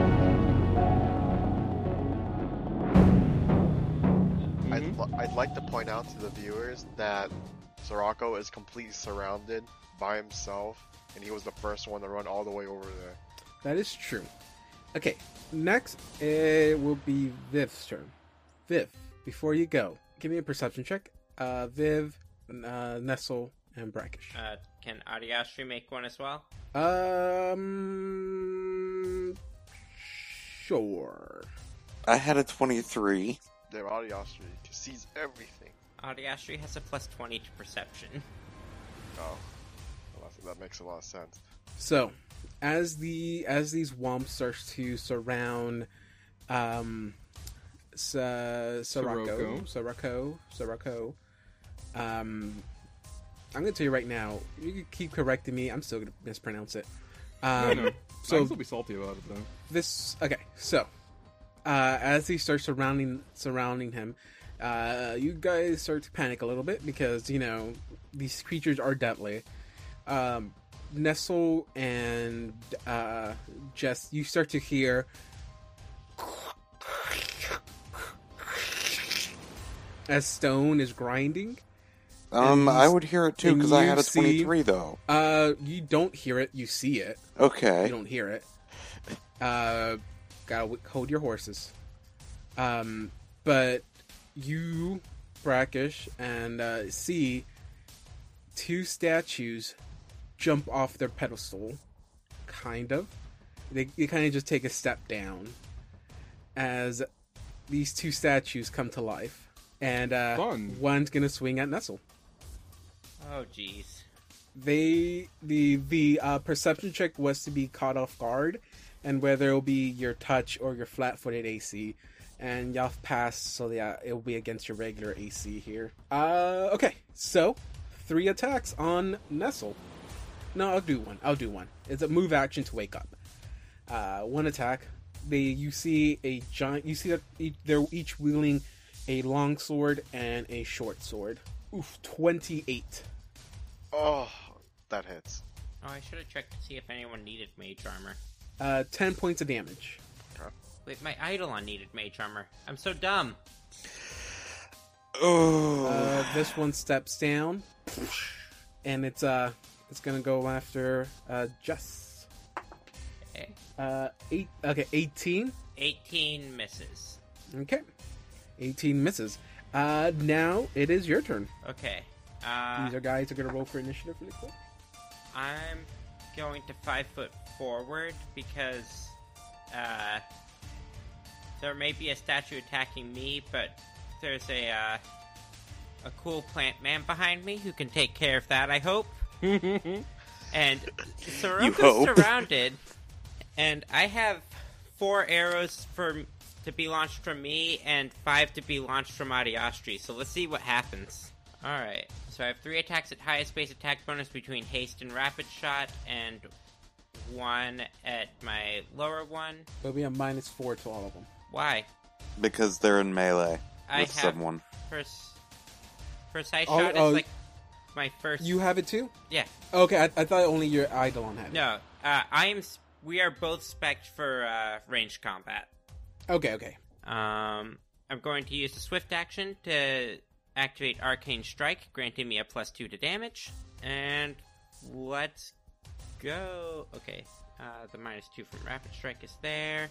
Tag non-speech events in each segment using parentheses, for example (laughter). I'd, Mm-hmm. li- I'd like to point out to the viewers that Sorako is completely surrounded by himself, and he was the first one to run all the way over there. That is true. Okay, next it will be Viv's turn. Viv, before you go, give me a perception check. Uh, Viv, uh, Nestle, and Brackish. Uh, can Ariashri make one as well? Um, sure. I had a 23. Their Ariashri sees everything. Ariashri has a plus 20 to perception. Oh, well, that- that makes a lot of sense. So, as the as these wumps start to surround, um, Sa- Soroko, Soroko, Soroko, um, I'm gonna tell you right now. You can keep correcting me. I'm still gonna mispronounce it. I Um, know. so- So I'll still be salty about it though. this okay so uh as he starts surrounding surrounding him uh you guys start to panic a little bit because you know these creatures are deadly um nestle and uh jess you start to hear as stone is grinding Um, And I would hear it too and because I you had a see- 23 though. uh you don't hear it you see it you Okay. don't hear it. Uh, gotta w- hold your horses. Um, but you, Brackish, and uh, see two statues jump off their pedestal, kind of. They, they kind of just take a step down as these two statues come to life. And uh, Fun. one's gonna swing at Nestle. Oh, jeez. They the the uh, perception check was to be caught off guard, and whether it'll be your touch or your flat-footed AC, and y'all passed, so yeah, it'll be against your regular AC here. Uh, okay, so three attacks on Nestle. No, I'll do one. I'll do one. It's a move action to wake up. Uh, one attack. They you see a giant. You see that each, they're each wielding a long sword and a short sword. Oof, twenty-eight. Oh, that hits. (laughs) Oh, I should have checked to see if anyone needed mage armor. Uh, 10 points of damage. Wait, my Eidolon needed mage armor. I'm so dumb. Oh, Uh, this one steps down, and it's uh, it's gonna go after uh, Jess. Okay. Uh, eight. Okay, 18. 18 misses. Okay, 18 misses. Uh, now it is your turn. Okay. Uh, These are guys are gonna roll for initiative really quick. I'm going to five foot forward because uh, there may be a statue attacking me, but there's a uh, a cool plant man behind me who can take care of that. I hope. and Soroka's hope. surrounded, and I have four arrows for to be launched from me and five to be launched from Adiastri. So let's see what happens. All right. So I have three attacks at highest base attack bonus between haste and rapid shot, and one at my lower one. There'll be a minus four to all of them. Why? because they're in melee with I have someone. first precise Oh, shot oh. is like my first. You have it too. yeah. Okay, I, I thought only your Eidolon had it. No. Uh, I am. s- We are both spec for uh, ranged combat. Okay, okay. Um, I'm going to use the swift action to activate Arcane Strike, granting me a plus two to damage. And let's go. Okay, uh, the minus two from Rapid Strike is there.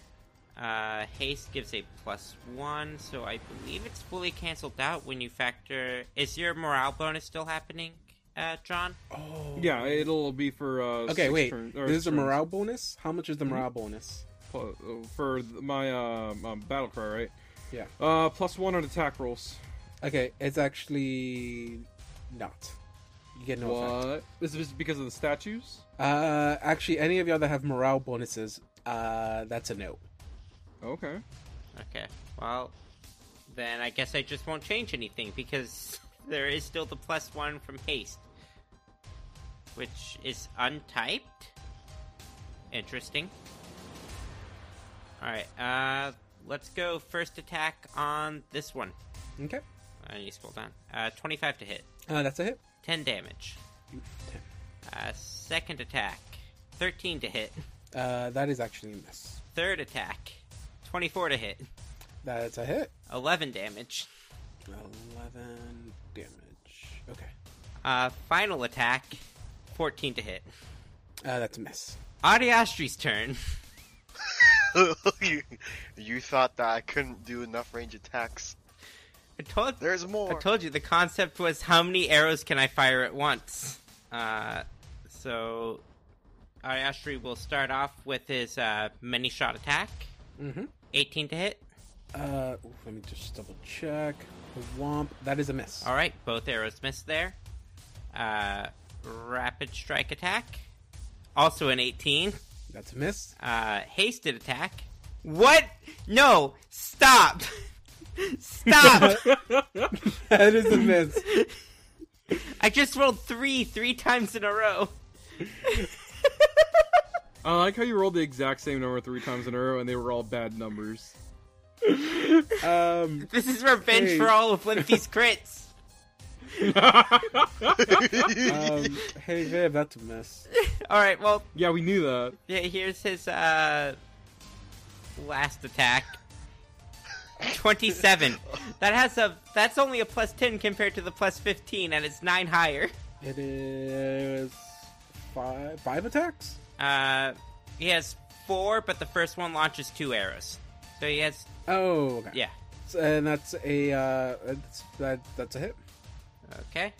Uh, haste gives a plus one, so I believe it's fully canceled out when you factor. Is your morale bonus still happening, uh, John? Oh. Yeah, it'll be for uh Okay, six wait. turn- or This is a turns. morale bonus. How much is the morale bonus? Pl- uh, for th- my um, um, battle cry, right? Yeah. Uh, plus one on attack rolls. Okay, it's actually not. You get no effect. what? Is this because of the statues? Uh, actually, any of y'all that have morale bonuses, uh, that's a no. Okay. Okay, well, then I guess I just won't change anything because (laughs) there is still the plus one from haste, which is untyped. Interesting. Alright, uh, let's go first attack on this one. Okay, I need to scroll down. Uh, 25 to hit, uh, that's a hit. 10 damage. Uh, second attack, 13 to hit. (laughs) Uh, that is actually a miss. Third attack, 24 to hit, That's a hit. 11 damage. for 11 damage. Okay. Uh, final attack, 14 to hit. Uh, that's a miss. Ariastri's turn. you, you thought that I couldn't do enough range attacks. I told, There's I more. told you the concept was how many arrows can I fire at once. Uh, so Ariastri will start off with his uh, many shot attack, Mm-hmm. 18 to hit. Uh, ooh, let me just double check. Womp. That is a miss. All right, both arrows missed there. Uh, rapid strike attack, also an 18. That's a miss. (laughs) Uh, hasted attack. What? No! Stop! (laughs) Stop! that is a miss. I just rolled three, three times in a row. (laughs) I like how you rolled the exact same number three times in a row, and they were all bad numbers. (laughs) Um, This is revenge Hey. for all of Limpy's crits. (laughs) um, (laughs) hey, Viv, that's a miss. All right, well, yeah, we knew that. yeah, here's his uh, last attack. Twenty-seven. That has a. That's only a plus ten compared to the plus fifteen, and it's nine higher. It is five five attacks. Uh, he has four, but the first one launches two arrows. So he has Oh, okay. yeah. So- And that's a uh, that's, that, that's a hit. Okay,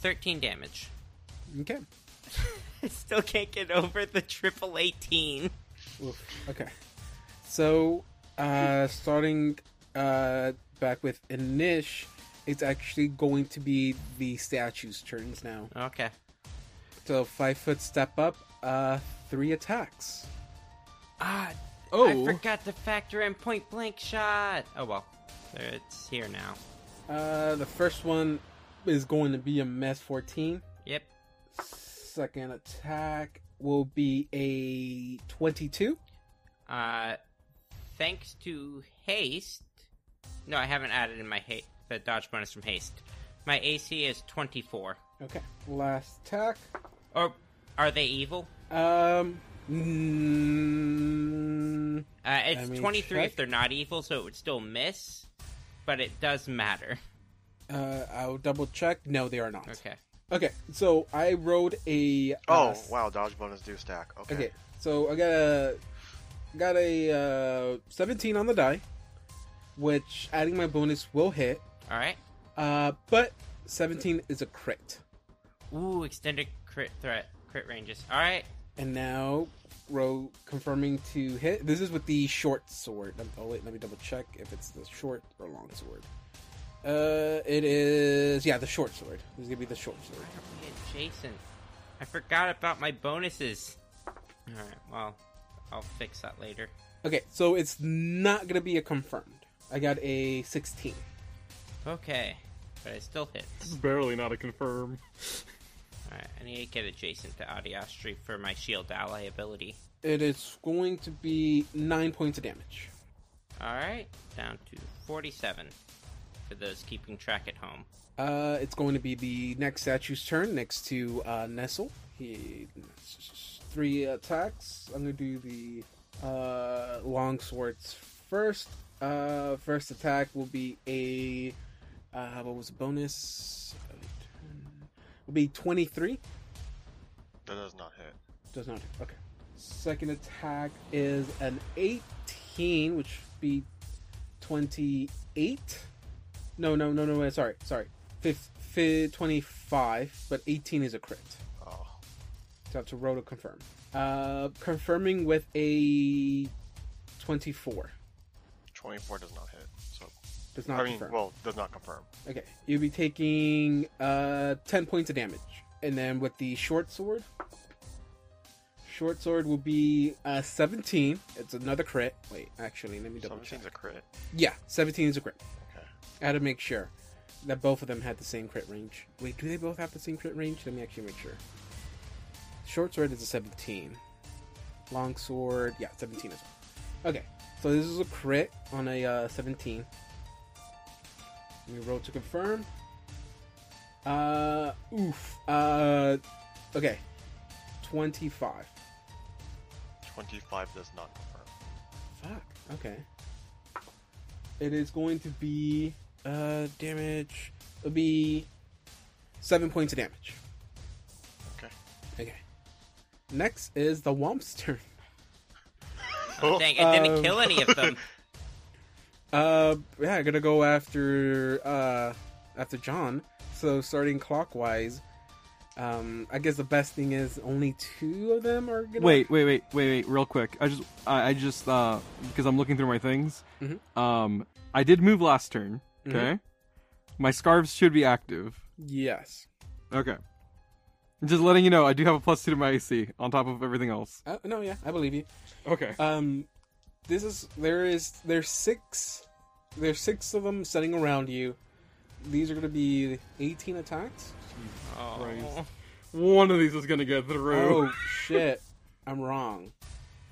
thirteen damage. (laughs) Okay. I still can't get over the triple eighteen. Oof. Okay. So, uh, starting uh, back with Inish, it's actually going to be the statue's turns now. Okay. So, five foot step up, uh, three attacks. Ah, Oh, I forgot to factor in point blank shot. Oh well, it's here now. Uh, the first one is going to be a mess 14. Yep. Second attack will be a 22. Uh, thanks to haste. No, I haven't added in my ha- the dodge bonus from haste. My AC is twenty four. Okay. Last attack. Or Oh, are they evil? Um. mm, Uh, Let it's me twenty three if check. they're not evil, so it would still miss. But it does matter. (laughs) uh, I'll double check. No, they are not. Okay. Okay, so I rolled a. uh, Oh s- wow, dodge bonus do stack. Okay. Okay, so I got a got a uh, seventeen on the die, which adding my bonus will hit. All right. Uh, but seventeen is a crit, Ooh, extended crit threat, crit ranges. All right. and now row confirming to hit. This is with the short sword. Um, Oh wait, let me double check if it's the short or long sword. Uh, it is yeah, the short sword. This is gonna be the short sword. Why are we adjacent? I forgot about my bonuses. Alright, well, I'll fix that later. Okay, so it's not gonna be a confirmed. I got a sixteen. Okay. But it still hits. barely not a confirm. Alright, I need to get adjacent to Adiastri for my shield ally ability. It is going to be nine points of damage. Alright, down to 47 for those keeping track at home. Uh, it's going to be the next statue's turn next to uh, Nestle. He three attacks. I'm going to do the uh, long swords first. Uh, first attack will be a uh, what was the bonus? Will be twenty three. That does not hit. Does not. do- Okay. Second attack is an 18, which would be 28. No, no, no, no, wait, sorry, sorry. Fif- fi 25, but 18 is a crit. Oh. So I have to roll to confirm. Uh, confirming with a 24. 24 does not hit. So Does not I mean, confirm. well, does not confirm. okay. You'll be taking uh, 10 points of damage. And then with the short sword, short sword will be uh, 17. It's another crit. Wait, actually, let me double check. 17's a crit. Yeah, 17 is a crit. Okay. I had to make sure that both of them had the same crit range. Wait, do they both have the same crit range? Let me actually make sure. Short sword is a 17. Long sword, yeah, 17 as well. Okay, so this is a crit on a uh, 17. Let me roll to confirm. Uh, oof. Uh, okay. 25. 25 does not confirm. Fuck. Okay. It is going to be Uh, damage would be seven points of damage. Okay. Okay. Next is the Womp's turn. (laughs) Oh, dang, it didn't Um, kill any of (laughs) them. Uh, yeah, gonna go after uh after John. So starting clockwise. Um, I guess the best thing is only two of them are gonna. Wait, wait, wait, wait, wait, real quick. I just, I, I just, uh, because I'm looking through my things. Mhm. Um, I did move last turn. Mhm. Okay, my scarves should be active. Yes. Okay, just letting you know, I do have a plus two to my AC on top of everything else. Uh, no, yeah, I believe you. Okay, Um, this is there is there's six, there's six of them sitting around you. These are gonna be eighteen attacks. (laughs) Oh. Christ. one of these is gonna get through. Oh (laughs) shit, I'm wrong.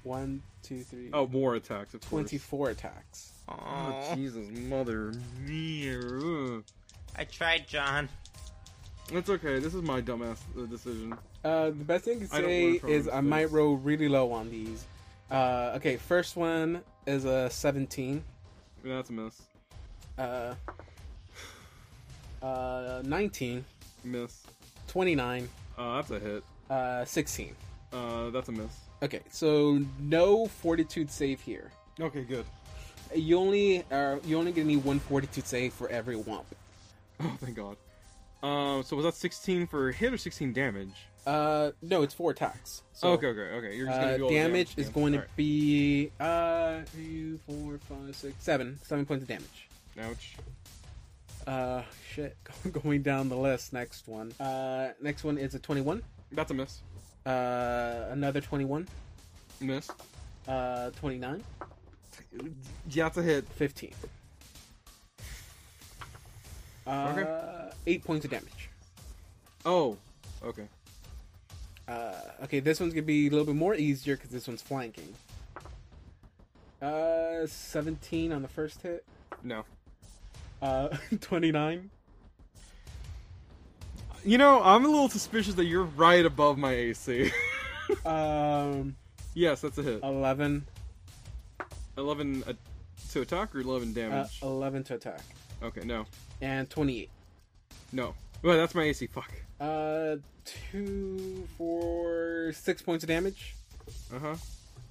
One, two, three. Oh, more attacks. Of course. Twenty-four attacks. Oh, Aw. Jesus, mother. Ugh. I tried, John. It's okay. This is my dumbass uh, decision. Uh, the best thing to I don't say learn from is those I might things. roll really low on these. Uh, okay, first one is a seventeen. That's a miss. Uh, (sighs) uh, 19, Miss. 29, Uh, that's a hit. uh, 16. Uh, that's a miss. Okay, so no fortitude save here. Okay, good. You only are you only gonna need one fortitude save for every womp. Oh, (laughs) thank God. Um, so was that 16 for hit or 16 damage? Oh, Uh, no, it's four attacks. So, okay, okay, okay. You're just gonna Uh, do all the damage is yeah. going to Alright. be uh two, four, five, six, seven, seven points of damage. Ouch. Uh, shit, (laughs) going down the list. Next one. Uh, next one is a twenty-one. That's a miss. Uh, another twenty-one. Miss. Uh, 29, Yeah, that's a hit. 15. Uh, Eight points of damage. Oh. Okay. Uh, okay, this one's gonna be a little bit more easier because this one's flanking. Uh, 17 on the first hit. No. Uh, (laughs) 29. You know, I'm a little suspicious that you're right above my AC. Um, (laughs) yes, that's a hit. 11. 11 a- uh, to attack or 11 Uh, oh. damage? 11 to attack. okay, no. And 28. No. Well, that's my AC. Fuck. Uh, two, four, six points of damage. Uh huh.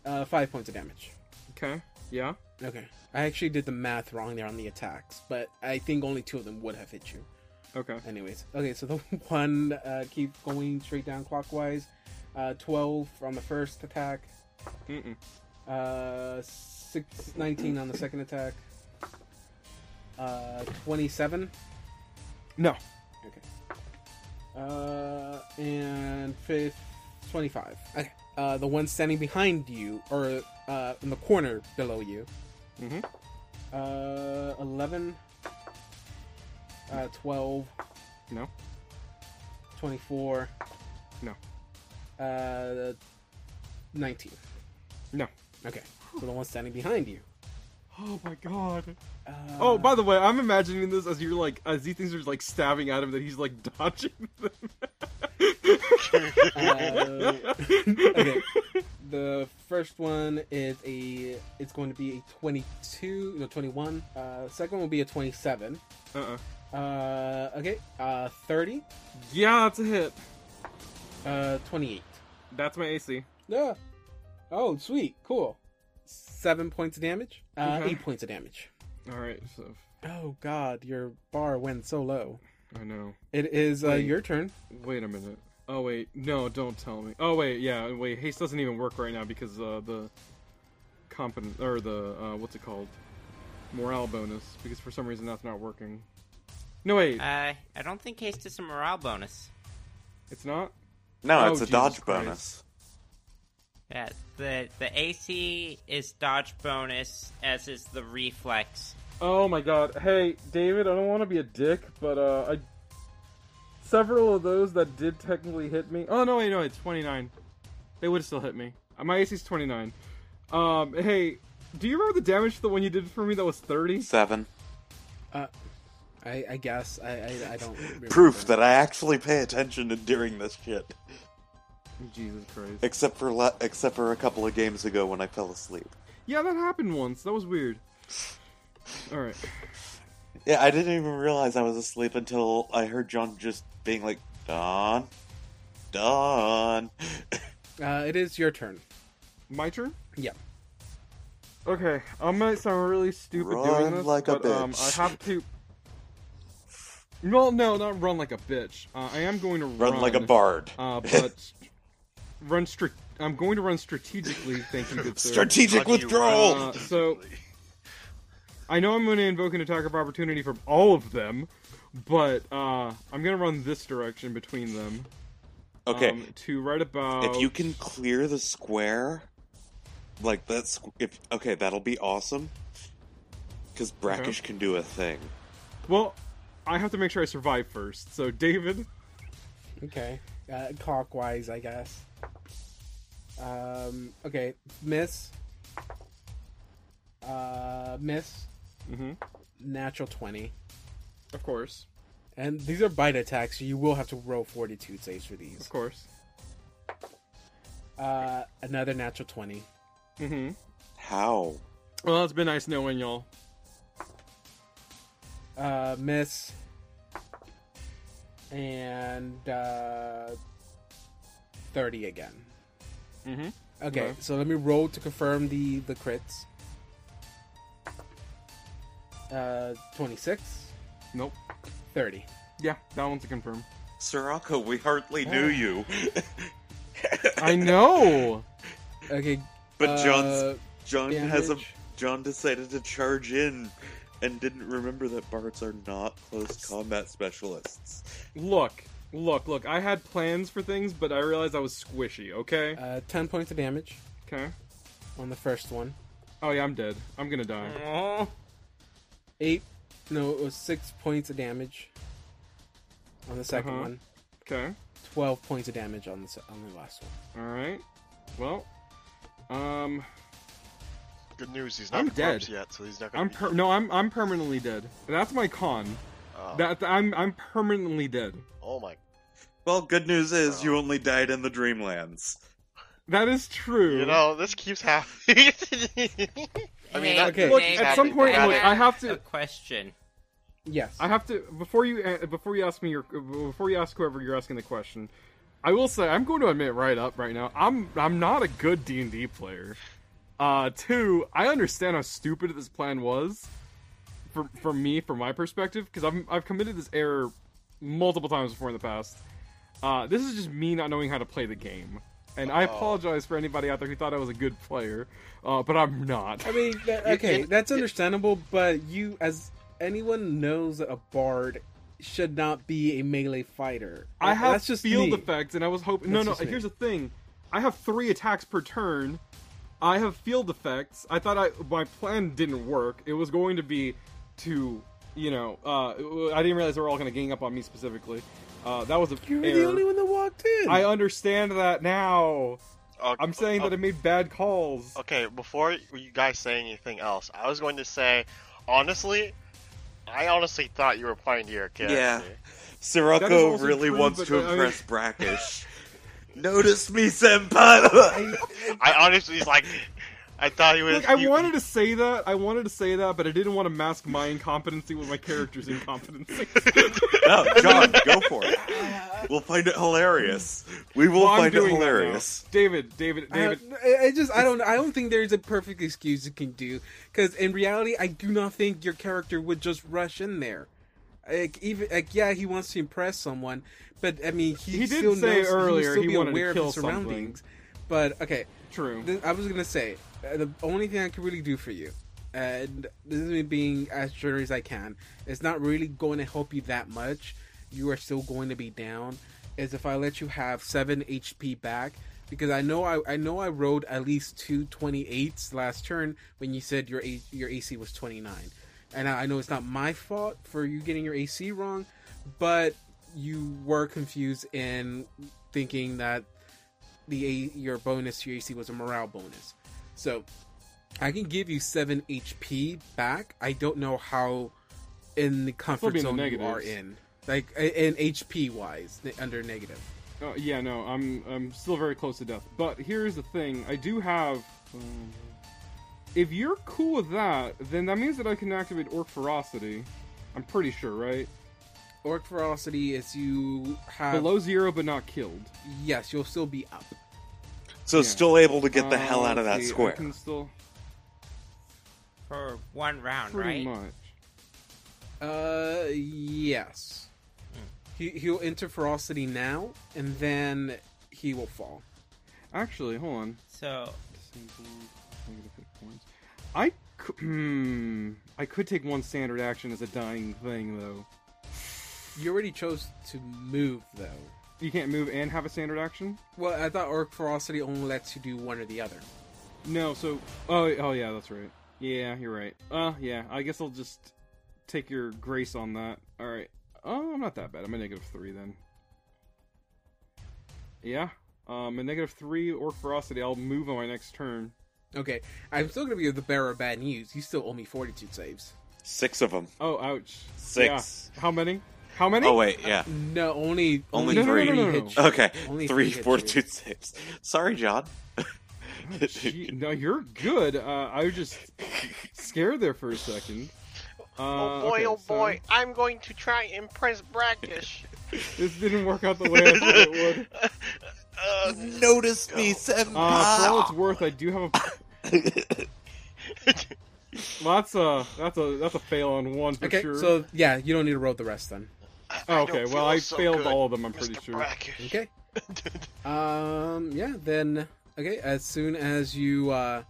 Uh, five points of damage. Okay. Yeah. Okay. I actually did the math wrong there on the attacks, but I think only two of them would have hit you. Okay. Anyways, okay, so the (laughs) one uh, keep going straight down clockwise. Uh, 12 on the first attack, Mm-mm. uh, six, 19 on the second attack, uh, 27, No. okay, uh, and fifth, 25. Okay. Uh, the one standing behind you, or uh, in the corner below you, Mhm. uh, 11, uh, 12, No. 24. No. Uh, 19. No. (gasps) Okay. So the one standing behind you. Oh my god. Uh, Oh, by the way, I'm imagining this as you're like, as these things are just like stabbing at him, that he's like (laughs) dodging them. uh, okay. (laughs) The first one is a. It's going to be a 22. No, 21. Uh, second one will be a 27. Uh-uh. Uh, okay. Uh, 30. Yeah, that's a hit. Uh, 28. That's my AC. Yeah. Oh, sweet. Cool. Seven points of damage. Uh, Mhm. Eight points of damage. Alright, so. Oh, God. Your bar went so low. I know. It is uh, Wait. your turn. Wait a minute. Oh, wait. No, don't tell me. Oh, wait. Yeah, wait. Haste doesn't even work right now because uh, the. Competent. Or the. Uh, what's it called? Morale bonus. Because for some reason that's not working. No, wait. Uh, I don't think haste is a morale bonus. it's not? No, Oh, it's a Jesus dodge Christ. bonus. Yeah, the the AC is dodge bonus, as is the reflex. Oh my god. Hey, David, I don't want to be a dick, but uh I several of those that did technically hit me. Oh no, wait, no, it's 29. They would still hit me. Uh, My AC's 29. Um hey, do you remember the damage to the one you did for me that was 30? Seven. I, I guess I, I, I don't remember. Proof that I actually pay attention to during this shit. Jesus Christ. Except for la- except for a couple of games ago when I fell asleep. Yeah, that happened once. That was weird. All right. Yeah, I didn't even realize I was asleep until I heard John just being like, Don, Don. Uh, it is your turn. My turn? Yeah. Okay, I'm gonna sound really stupid Run doing this, like a but um, I bitch. have (laughs) to. No, no, not run like a bitch. Uh, I am going to run, Run, like a bard. Uh, but run str- I'm going to run strategically. Thank you, good sir. Strategic Lucky you withdrawal! run. Uh, so- I know I'm going to invoke an attack of opportunity from all of them, but uh, I'm going to run this direction between them. okay, um, to right about. if you can clear the square, like that's. If, okay, that'll be awesome. Because Brackish can do a thing. Well, I have to make sure I survive first. So, David. Okay. Uh, clockwise, I guess. Um, okay. Miss. Uh, miss. Mm-hmm. Natural 20. Of course. And these are bite attacks, so you will have to roll fortitude saves for Of these. course. Uh, another natural 20. Mm-hmm. How? Well, it's been nice knowing y'all. Uh, miss. And, uh, 30 again. Mm-hmm. Okay, Okay. so let me roll to confirm the the crits. Uh, 26, Nope. 30. Yeah, that one's a confirm. Sirocco, we hardly knew you. I know. Okay, (laughs) but John's uh, John has a damage. John decided to charge in and didn't remember that bards are not close combat specialists. Look, look, look. I had plans for things, but I realized I was squishy. Okay. uh, 10 points of damage Okay. on the first one. Oh yeah, I'm dead. I'm gonna die. Oh, Eight, no, it was six points of damage on the 2nd Uh-huh. one. Okay. 12 points of damage on the, se- on the last one. All right. Well, um, (laughs) Good news, he's not I'm corpse dead. yet, so he's not gonna I'm be- per- no, I'm I'm permanently dead. That's my con. Oh, That I'm I'm permanently dead. oh my Well, good news is you only died in the Dreamlands. That is true. You know, this keeps happening. (laughs) I mean, that, Okay. Look, keeps at some happening, point, but look, that- I have a to. question. Yes. I have to before you uh, before you ask me your before you ask whoever you're asking the question. I will say I'm going to admit right up right now I'm I'm not a good D and D player. Uh, two, I understand how stupid this plan was, for for me from my perspective because I've I've committed this error multiple times before in the past. Uh, this is just me not knowing how to play the game, and I apologize for anybody out there who thought I was a good player, uh, but I'm not. I mean, that, You- okay, you- that's you- understandable, but you, as anyone knows, that a bard should not be a melee fighter. I have that's just field me. effects, and I was hoping. That's no, just no. me. Here's the thing: I have three attacks per turn. I have field effects. I thought I my plan didn't work. It was going to be to, you know, uh, I didn't realize they were all going to gang up on me specifically. Uh, that was a You were error. the only one that walked in. I understand that now. Oh, I'm saying oh, that I made bad calls. Okay, before you guys say anything else, I was going to say, honestly, I honestly thought you were playing to your character. Yeah. That is Sirocco also really true, wants but to I mean- (laughs) impress Brackish. Notice me, senpai. I honestly was like, I thought he was. Look, I you- wanted to say that. I wanted to say that, but I didn't want to mask my incompetency with my character's (laughs) incompetency. (laughs) (laughs) no, John, go for it. We'll find it hilarious. We will Well, I'm find it doing that now. hilarious. David, David, I, David. I- I just I don't I don't think there's a perfect excuse you can do because in reality I do not think your character would just rush in there. Like even like yeah he wants to impress someone, but I mean he, He did still say knows, earlier he, would still he be wanted to aware kill of his surroundings. But okay, True. th- I was gonna say uh, the only thing I can really do for you, and this is me being as sure as I can, it's not really going to help you that much. You are still going to be down. Is if I let you have seven HP back because I know I, I know I rolled at least two 28s last turn when you said your A, your AC was twenty nine, and I, I know it's not my fault for you getting your AC wrong, but you were confused in thinking that the A, your bonus to your AC was a morale bonus. So I can give you seven HP back. I don't know how in the comfort be in the zone you are negatives. in, like in HP wise under negative. Uh, yeah, no, I'm I'm still very close to death. But here's the thing: I do have. Um, if you're cool with that, then that means that I can activate Orc Ferocity, I'm pretty sure, right? Orc ferocity is you Uh, have Below zero, but not killed. yes, you'll still be up. So Yeah. still able to get the Uh, hell out of that let's see, I square. can still for one round, pretty right? much. Uh, yes. He he'll enter ferocity now, and then he will fall. Actually, hold on. So Disable negative hit points. I could, hmm, I could take one standard action as a dying thing though. You already chose to move though. You can't move and have a standard action. Well, I thought Orc Ferocity only lets you do one or the other. No, so oh oh yeah, that's right. Yeah, you're right. Uh yeah, I guess I'll just take your grace on that. All right. Oh, I'm not that bad. I'm a negative three then. Yeah. Um, a negative three or ferocity. I'll move on my next turn. Okay, I'm still gonna be the bearer of bad news. You still owe me fortitude saves. Six of them. Oh, ouch. Six. Yeah. How many? How many? Oh wait, yeah. No, only Only No, no, no, three. no, no, hit you. Okay, Only three, three hit four, you. two, six. Sorry, John. (laughs) Oh, (laughs) Gee, no, you're good. Uh, I was just scared there for a second. Uh, oh boy, okay, oh so boy, I'm going to try and impress Brackish. (laughs) this didn't work out the way I thought it (laughs) would. uh, Notice me, Uh, for all it's senpai. worth, I do have a. (laughs) Well, that's a that's a that's a fail on one for Okay, sure. so yeah, you don't need to roll the rest then. I- Oh, I okay, don't feel well I so failed good, all of them. I'm pretty Mr. sure. Brackish. Okay. um. Yeah. Then. Okay. As soon as you uh,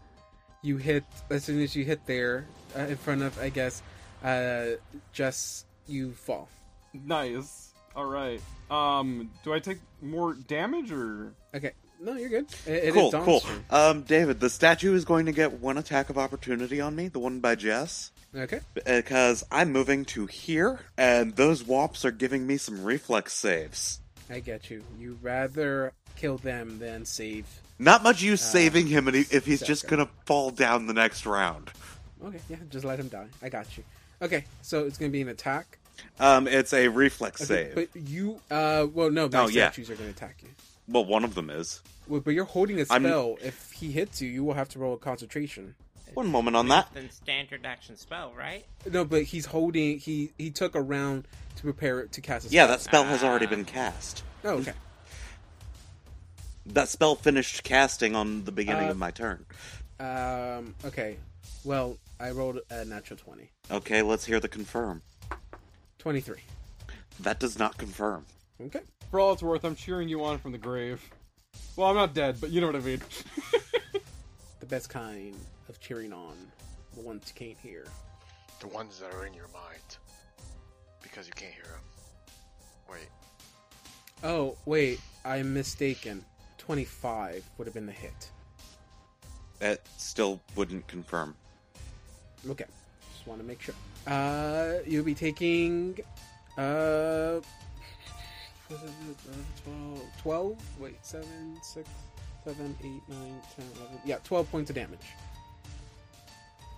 you hit. As soon as you hit there, uh, in front of I guess, uh, just you fall. Nice. All right. Um, do I take more damage or? Okay. No, you're good. It, it is cool, Dawn's cool. turn. Um, David, the statue is going to get one attack of opportunity on me, the one by Jess, Okay. because I'm moving to here, and those wops are giving me some reflex saves. I get you. You rather kill them than save. Not much use saving him if he- if he's just Ah. second. gonna fall down the next round. Okay. Yeah. Just let him die. I got you. Okay. So it's gonna be an attack. Um, it's a reflex Okay, save. But you. Uh. Well, no. My Oh, yeah. statues are gonna attack you. Well, one of them is. Well, but you're holding a I'm- spell. If he hits you, you will have to roll a concentration. One moment on that. then standard action spell, right? (laughs) No, but he's holding. He he took a round to prepare to cast. A Yeah, that spell has already been cast. spell. Oh, okay. That spell finished casting on the beginning Uh, of my turn. Um. Okay. Well, I rolled a natural twenty. Okay, let's hear the confirm. Twenty-three. That does not confirm. Okay. For all it's worth, I'm cheering you on from the grave. Well, I'm not dead, but you know what I mean. (laughs) The best kind of cheering on the ones you can't hear. The ones that are in your mind. Because you can't hear them. Wait. Oh wait, I'm mistaken. Twenty-five would have been the hit. That still wouldn't confirm. Okay. Just want to make sure. Uh, you'll be taking, uh, 12, 12, uh, wait, 7, 6, 7, 8, 9, 10, 11. Yeah, 12 points of damage.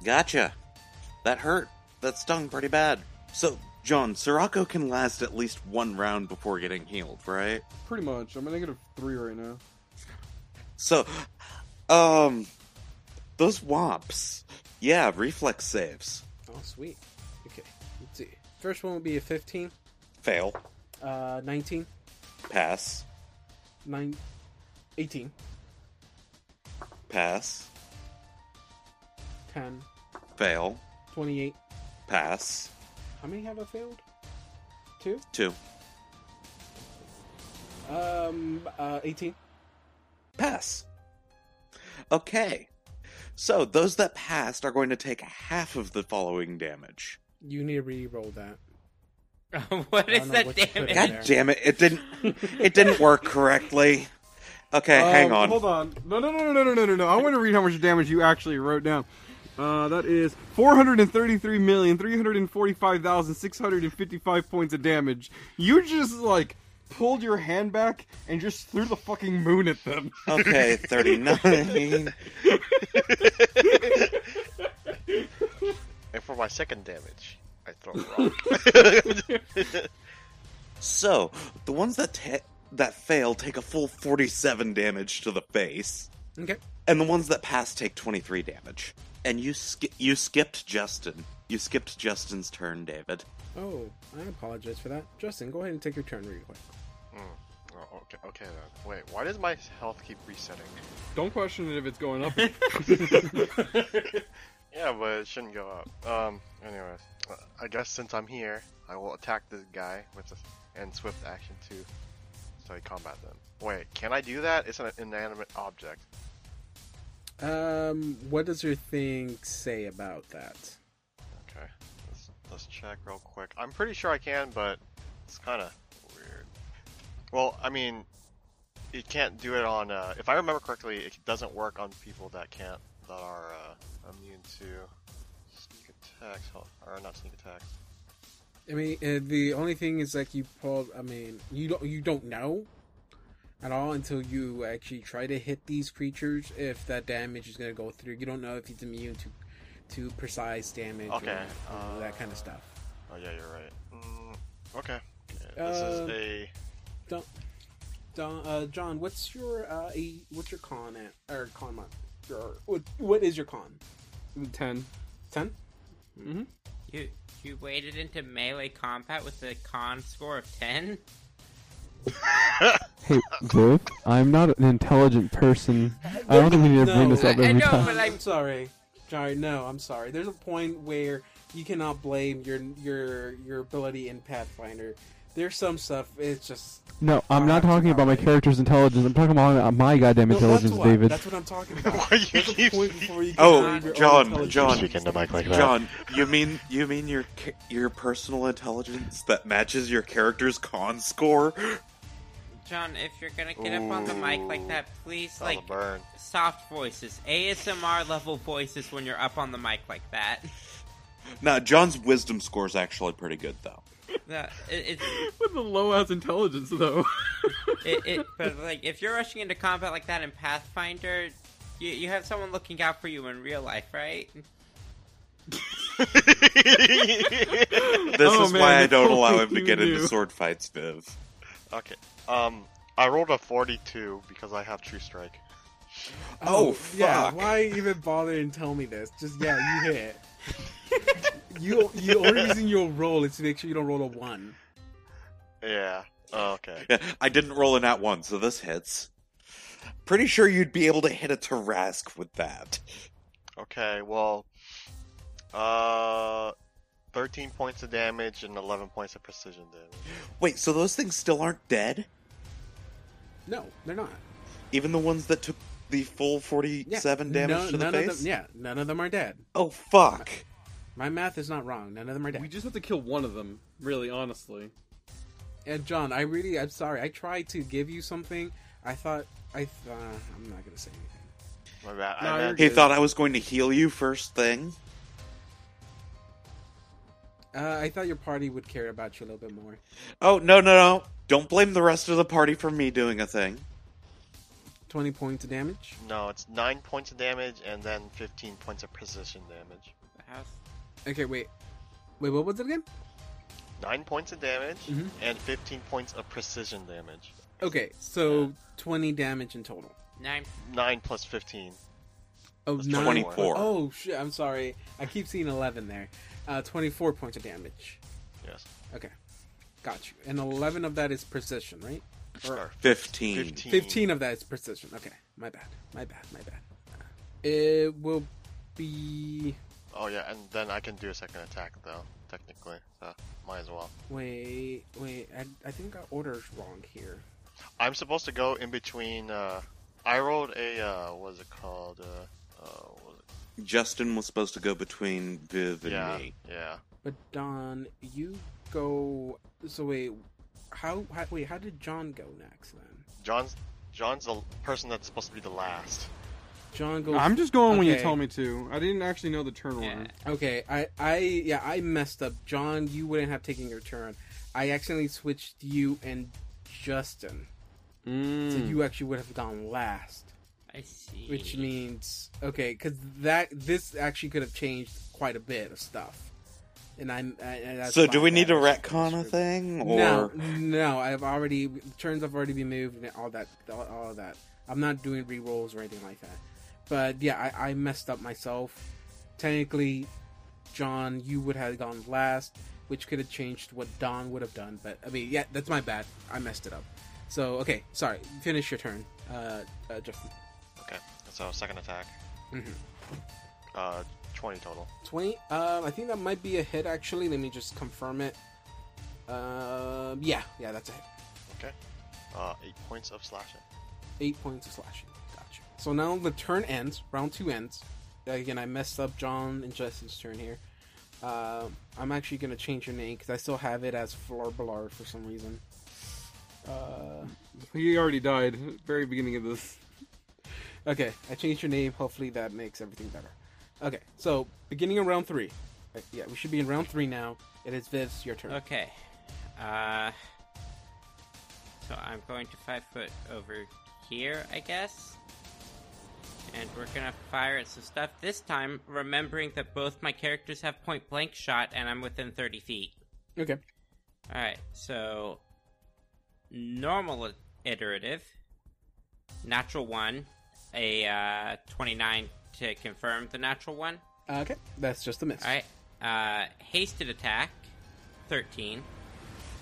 Gotcha. That hurt. That stung pretty bad. So, John, Sirocco can last at least one round before getting healed, right? Pretty much. I'm a negative three right now. So, um, those wops. Yeah, reflex saves. Oh, sweet. Okay, let's see. First one will be a 15, Fail. uh, 19, Pass. 9, 18, Pass. 10, Fail. 28. Pass. How many have I failed? Two? Two. Um, uh, 18. Pass. Okay. So, those that passed are going to take half of the following damage. You need to re-roll that. what I don't is know that what you put in damage? God there. damn it! It didn't. It didn't work correctly. Okay, hang Um, on. Hold on. No, no, no, no, no, no, no, no. I want to read how much damage you actually wrote down. Uh, that is 433,345,655 points of damage. You just, like, pulled your hand back and just threw the fucking moon at them. (laughs) Okay, thirty-nine. And for my second damage, I throw a rock. so the ones that ta- that fail take a full forty-seven damage to the face, Okay. and the ones that pass take twenty-three damage. And you sk- you skipped Justin. You skipped Justin's turn, David. Oh, I apologize for that. Justin, go ahead and take your turn really quick. Oh, okay, okay then. Wait, why does my health keep resetting? Don't question it if it's going (laughs) up. Yeah, but it shouldn't go up. Um. Anyways, uh, I guess since I'm here, I will attack this guy with the and swift action too, so I combat them. Wait, can I do that? It's an inanimate object. Um, what does your thing say about that? Okay. Let's let's check real quick. I'm pretty sure I can, but it's kind of weird. Well, I mean, it can't do it on. Uh, if I remember correctly, it doesn't work on people that can't that are uh, immune to sneak attacks or not sneak attacks. I mean, uh, the only thing is like you pull. I mean, you don't you don't know at all until you actually try to hit these creatures. If that damage is gonna go through, you don't know if it's immune to to precise damage or- Okay, or, that uh, kind of stuff. Oh yeah, you're right. Mm, okay. Yeah, This is Um, a Don't, don't uh, John. What's your uh, a, what's your con at or con mon- Your what, what is your con? Ten. Ten. Mm-hmm. You you waded into melee combat with a con score of ten. Hey, Wolf, I'm not an intelligent person. I don't think we need to bring this up I- I every know, time. but I- I'm sorry. Sorry, no, I'm sorry. There's a point where you cannot blame your your your ability in Pathfinder. There's some stuff. It's just No, I'm not talking about my character's intelligence. I'm talking about my goddamn No, that's intelligence, what- David. That's what I'm talking (laughs) about. Why you There's a keep- point before you can Oh, find your own John, intelligence. John. Speak into mic like that. John, you mean you mean your ca- your personal intelligence that matches your character's con score? John, if you're gonna get up on the mic like that, please That'll like burn. soft voices, ASMR level voices when you're up on the mic like that. (laughs) Nah, John's wisdom score is actually pretty good though. The- it- it's With a low ass intelligence though. it, it, but like if you're rushing into combat like that in Pathfinder, you, you have someone looking out for you in real life, right? This Oh, is man, why I if don't allow only him to you get knew. into sword fights, Viv. (laughs) Okay. Um, I rolled a 42 because I have True Strike. Oh, yeah. fuck. Why even bother and tell me this? Just yeah, you hit. it. (laughs) you the only reason you'll roll is to make sure you don't roll a one. Yeah. Oh, okay. Yeah, (laughs) I didn't roll in at one, so this hits. Pretty sure you'd be able to hit a Tarask with that. Okay. Well, uh, 13 points of damage and 11 points of precision damage. Wait, so those things still aren't dead? No, they're not. Even the ones that took the full Yeah. forty-seven damage No- to the none face? Of them, yeah, none of them are dead. Oh fuck! My math is not wrong. None of them are (laughs) dead. we just have to kill one of them, really, honestly. And John, I really, I'm sorry. I tried to give you something. I thought, I, th- uh, I'm not gonna say anything. My bad. No, I you're meant He thought I was going to heal you first thing. Uh, I thought your party would care about you a little bit more. Oh no no no! Don't blame the rest of the party for me doing a thing. Twenty points of damage. No, it's 9 points of damage and then 15 points of precision damage. How's- Okay, wait, wait, what was it again? 9 points of damage Mhm. and 15 points of precision damage. Okay, so twenty damage in total. Nine. 9 plus 15. Oh, That's nine- 24. Oh shit! I'm sorry. I keep seeing eleven there. Uh, Twenty-four points of damage. Yes. Okay, got you. And eleven of that is precision, right? Or Fifteen. 15. Fifteen of that is precision. Okay, my bad. My bad. My bad. It will be. Oh yeah, and then I can do a second attack though, technically. So might as well. Wait, wait. I, I think I order's wrong here. I'm supposed to go in between. Uh, I rolled a uh, what is it called? Uh, uh, what was it? Justin was supposed to go between Viv and Yeah, me. yeah. But Don, you go. So wait, how, how? Wait, how did John go next then? John's John's the person that's supposed to be the last. John goes. I'm just going when you Okay. tell me to. I didn't actually know the turn order. Yeah. Okay, I, I, yeah, I messed up. John, you wouldn't have taken your turn. I accidentally switched you and Justin, Mm. Hmm. so you actually would have gone last. I see. Which means okay, because that this actually could have changed quite a bit of stuff. And I'm. I, and that's my So do we bad. need to I should- retcon a should- thing, or No, no. I've already turns have already been moved and all that, all, all of that. I'm not doing re rolls or anything like that. But yeah, I, I messed up myself. Technically, John, you would have gone last, which could have changed what Dawn would have done. But I mean, yeah, that's my bad. I messed it up. So okay, sorry. Finish your turn, uh, uh Justin. Okay, so second attack. Mm-hmm. Mhm. Uh, 20 total. 20 um i think that might be a hit actually let me just confirm it um yeah yeah that's a hit Uh, 8 points of slashing. eight points of slashing gotcha so now the turn ends round two ends again i messed up john and justin's turn here um i'm actually gonna change your name because i still have it as florbalar for some reason uh He already died at the very beginning of this. okay i changed your name hopefully that makes everything better okay so beginning of round three Uh, yeah we should be in round three now it is viv's your turn Okay. Uh, so I'm going to five foot over here, I guess. And we're gonna fire at some stuff. This time, remembering that both my characters have point blank shot and I'm within 30 feet. okay Alright, so. Normal iterative. Natural one. A uh, 29 to confirm the natural one. okay that's just a miss Alright. Uh, hasted attack. 13.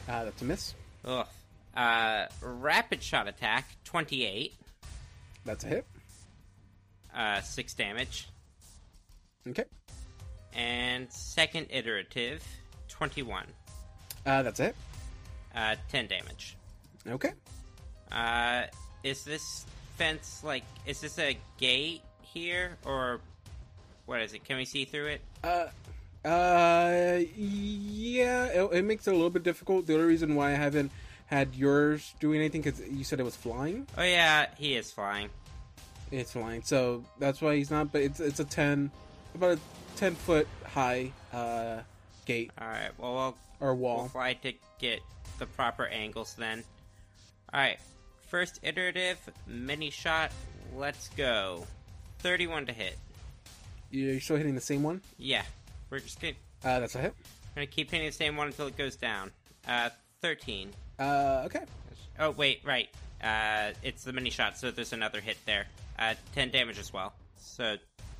Uh, that's a miss. Ugh. Uh, rapid shot attack, 28. That's a hit. Uh, 6 damage. Okay. And second iterative, 21. Uh, that's a hit. Uh, 10 damage. Okay. Uh, is this fence, like, is this a gate here? Or what is it? Can we see through it? Uh, uh, yeah, it, it makes it a little bit difficult. The only reason why I haven't had yours doing anything because you said it was flying. Oh, yeah, he is flying. It's flying, so that's why he's not. But it's it's a ten, about a ten foot high uh gate Alright, well, I'll or We'll wall. fly to get the proper angles then. Alright, first iterative, mini shot, let's go. 31 to hit. You're still hitting the same one. Yeah, we're just gonna, Uh, that's a hit. gonna keep hitting the same one until it goes down. Uh, 13. Uh, okay. Oh, wait, right. Uh, it's the mini shot, so there's another hit there. Uh, 10 damage as well. So,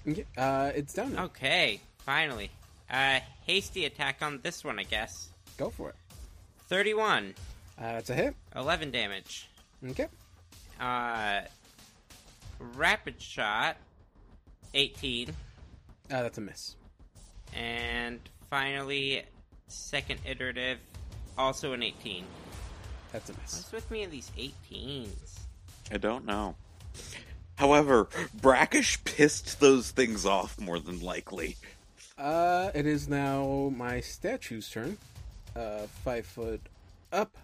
Okay. Uh, it's down now. okay, finally. Uh, hasty attack on this one, I guess. Go for it. 31. Uh, that's a hit. 11 damage. Okay. Uh, rapid shot, 18. Uh, that's a miss. And finally, second iterative, also an 18. That's a miss. What's with me in these 18s? I don't know. However, Brackish pissed those things off more than likely. Uh, it is now my statue's turn. Uh, five foot up.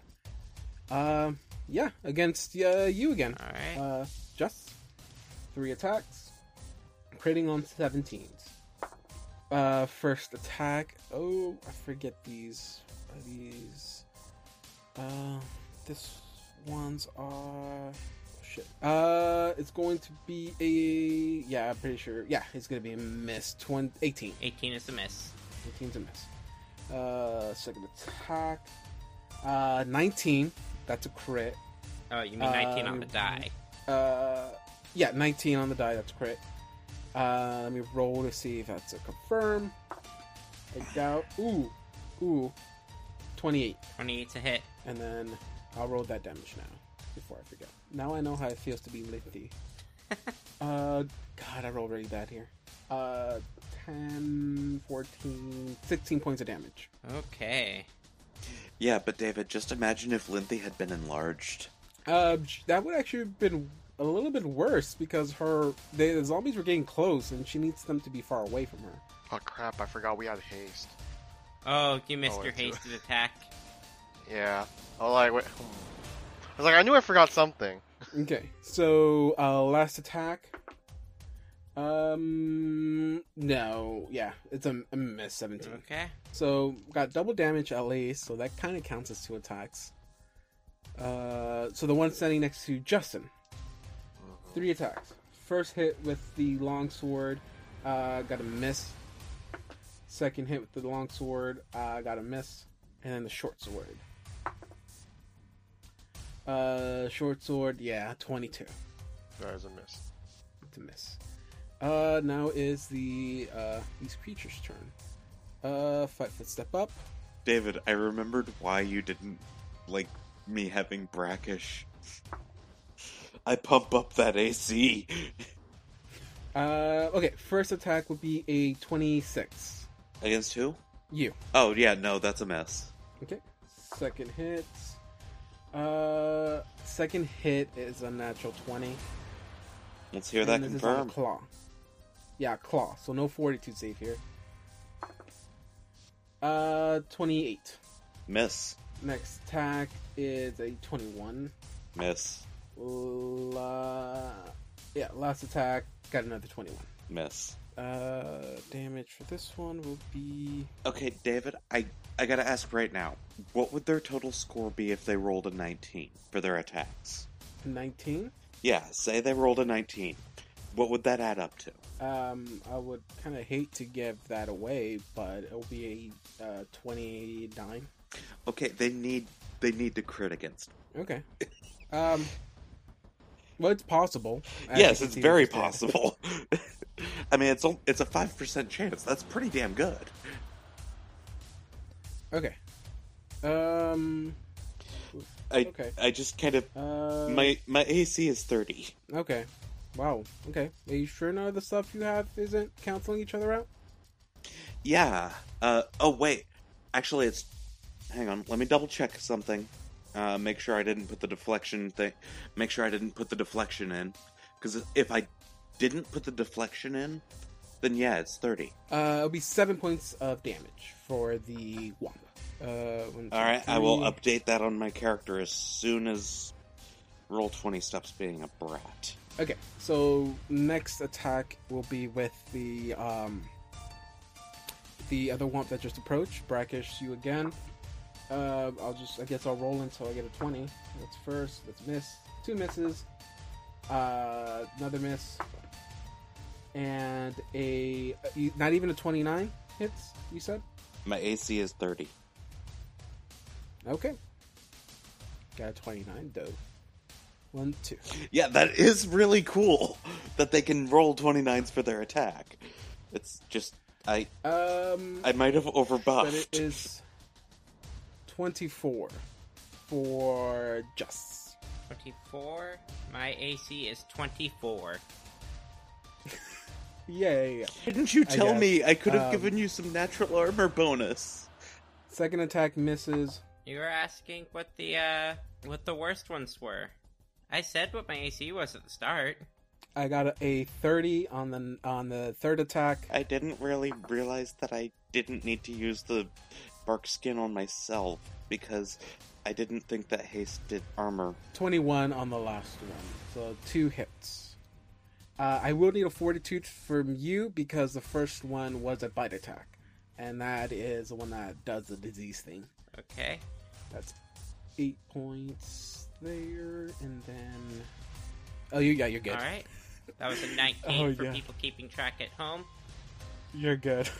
Um, yeah, against uh, you again. Alright. Uh, just three attacks, critting on 17s. Uh, first attack. Oh, I forget these. These. Uh, this one's are. Shit. Uh, it's going to be a. Yeah, I'm pretty sure. Yeah, it's going to be a miss. 20, 18. 18 is a miss. 18's a miss. Uh, second attack. Uh, 19. That's a crit. Oh, you mean 19 on the Um, die. Uh, yeah, 19 on the die. That's a crit. Uh, let me roll to see if that's a confirm. I doubt. Ooh. Ooh. 28. 28 to hit. And then I'll roll that damage now before I forget. Now I know how it feels to be lithy. uh, God, I rolled really bad here. Uh, 10, 14, 16 points of damage. Okay. Yeah, but David, just imagine if Linthy had been enlarged. Uh, sh- that would actually have been a little bit worse because her they, the zombies were getting close, and she needs them to be far away from her. Oh crap, I forgot we had haste. Oh, you missed Oh, your I do. hasted attack. Yeah. Oh, like, wait. hmm. I was like, I knew I forgot something. Okay, so uh, last attack. Um, no, yeah, it's a, a miss seventeen. Okay. So got double damage at least, so that kind of counts as two attacks. Uh, so the one standing next to Justin, three attacks. First hit with the long sword, uh, got a miss. Second hit with the long sword, uh, got a miss, and then the short sword. Uh, short sword, yeah, twenty-two That is a miss. to miss. Uh, now is the uh, these creatures' turn. Uh, five foot step up. David, I remembered why you didn't like me having brackish. I pump up that AC. Uh, okay, first attack would be a 26. Against who? You. Oh, yeah, no, that's a mess. Okay. Second hit. Uh, second hit is a natural 20. Let's hear and that this is on a confirmed. claw. Yeah, claw. So no fortitude save here. Uh, 28. Miss. Next attack is a 21. Miss. La... Yeah, last attack got another 21. Miss. Uh, damage for this one will be. Okay, David, I, I gotta ask right now. What would their total score be if they rolled a 19 for their attacks? 19. Yeah, say they rolled a 19. What would that add up to? Um, I would kind of hate to give that away, but it'll be a uh, 29. Okay, they need they need to crit against. Okay. Um, well, it's possible. as yes, you can it's see very with this data. possible. (laughs) I mean, it's on- it's a five percent chance. That's pretty damn good. Okay. Um, I Okay. I just kind of uh, my my AC is thirty. okay. Wow. Okay. Are you sure none of the stuff you have isn't canceling each other out? Yeah. Uh. Oh wait. Actually, it's. Hang on. Let me double check something. Uh. Make sure I didn't put the deflection thing. Make sure I didn't put the deflection in. Because if I didn't put the deflection in, then yeah, it's thirty. Uh, it'll be seven points of damage for the womp. Uh, one, two, All right, I will three. update that on my character as soon as roll twenty stops being a brat. Okay, so next attack will be with the um, the other womp that just approached. Brackish you again. Uh, I'll just I guess I'll roll until I get a twenty. That's first. That's miss. Two misses. Uh, another miss. And a you- not even a twenty nine hits. You said My AC is thirty. okay. Got a twenty nine though. One two. Yeah, that is really cool (laughs) that they can roll 29s for their attack. It's just I Um, I might have overbuffed. but it is 24 for just 24. My AC is 24. yeah, yeah, yeah. Didn't you I tell guess. me I could have Um, given you some natural armor bonus? second attack misses You were asking what the uh what the worst ones were. I said what my AC was at the start. i got a, a 30 on the on the third attack I didn't really realize that I didn't need to use the bark skin on myself because I didn't think that haste did armor. 21 on the last one so two hits uh, i will need a fortitude from you because the first one was a bite attack and that is the one that does the disease thing Okay. That's eight points there, and then oh, you yeah, you're good. All right. That was a 19 Oh, for yeah. people keeping track at home. You're good.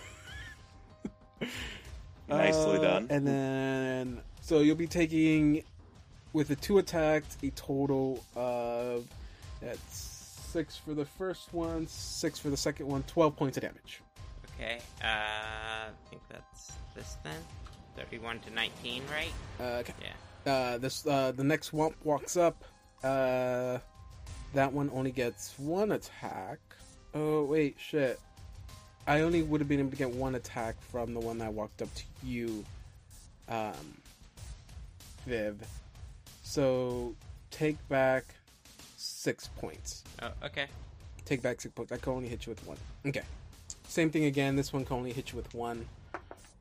(laughs) Nicely Uh, done. And then so you'll be taking with the two attacks a total of that's six for the first one, six for the second one, twelve points of damage. Okay. Uh I think that's this then. 31 to 19, right? Uh, okay. Yeah. Uh, this uh, the next womp walks up. Uh, that one only gets one attack. Oh wait, shit! I only would have been able to get one attack from the one that walked up to you, um, Viv. So take back six points. Oh, okay. Take back six points. I can only hit you with one. Okay. Same thing again. This one can only hit you with one.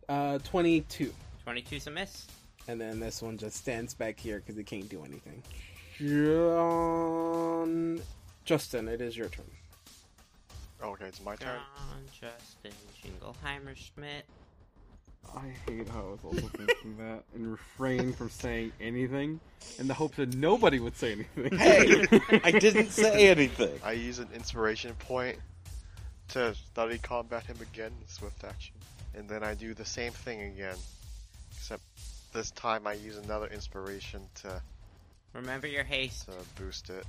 Uh, twenty-two. 22's a miss. And then this one just stands back here because it can't do anything. John... Justin, it is your turn. Oh, okay, it's my turn. John Justin Jingleheimer Schmidt. I hate how I was also thinking (laughs) that and refraining from saying anything in the hope that nobody would say anything. (laughs) (laughs) Hey, I didn't say anything. I use an inspiration point to study combat him again in swift action, and then I do the same thing again, except this time I use another inspiration to Remember your haste. to boost it,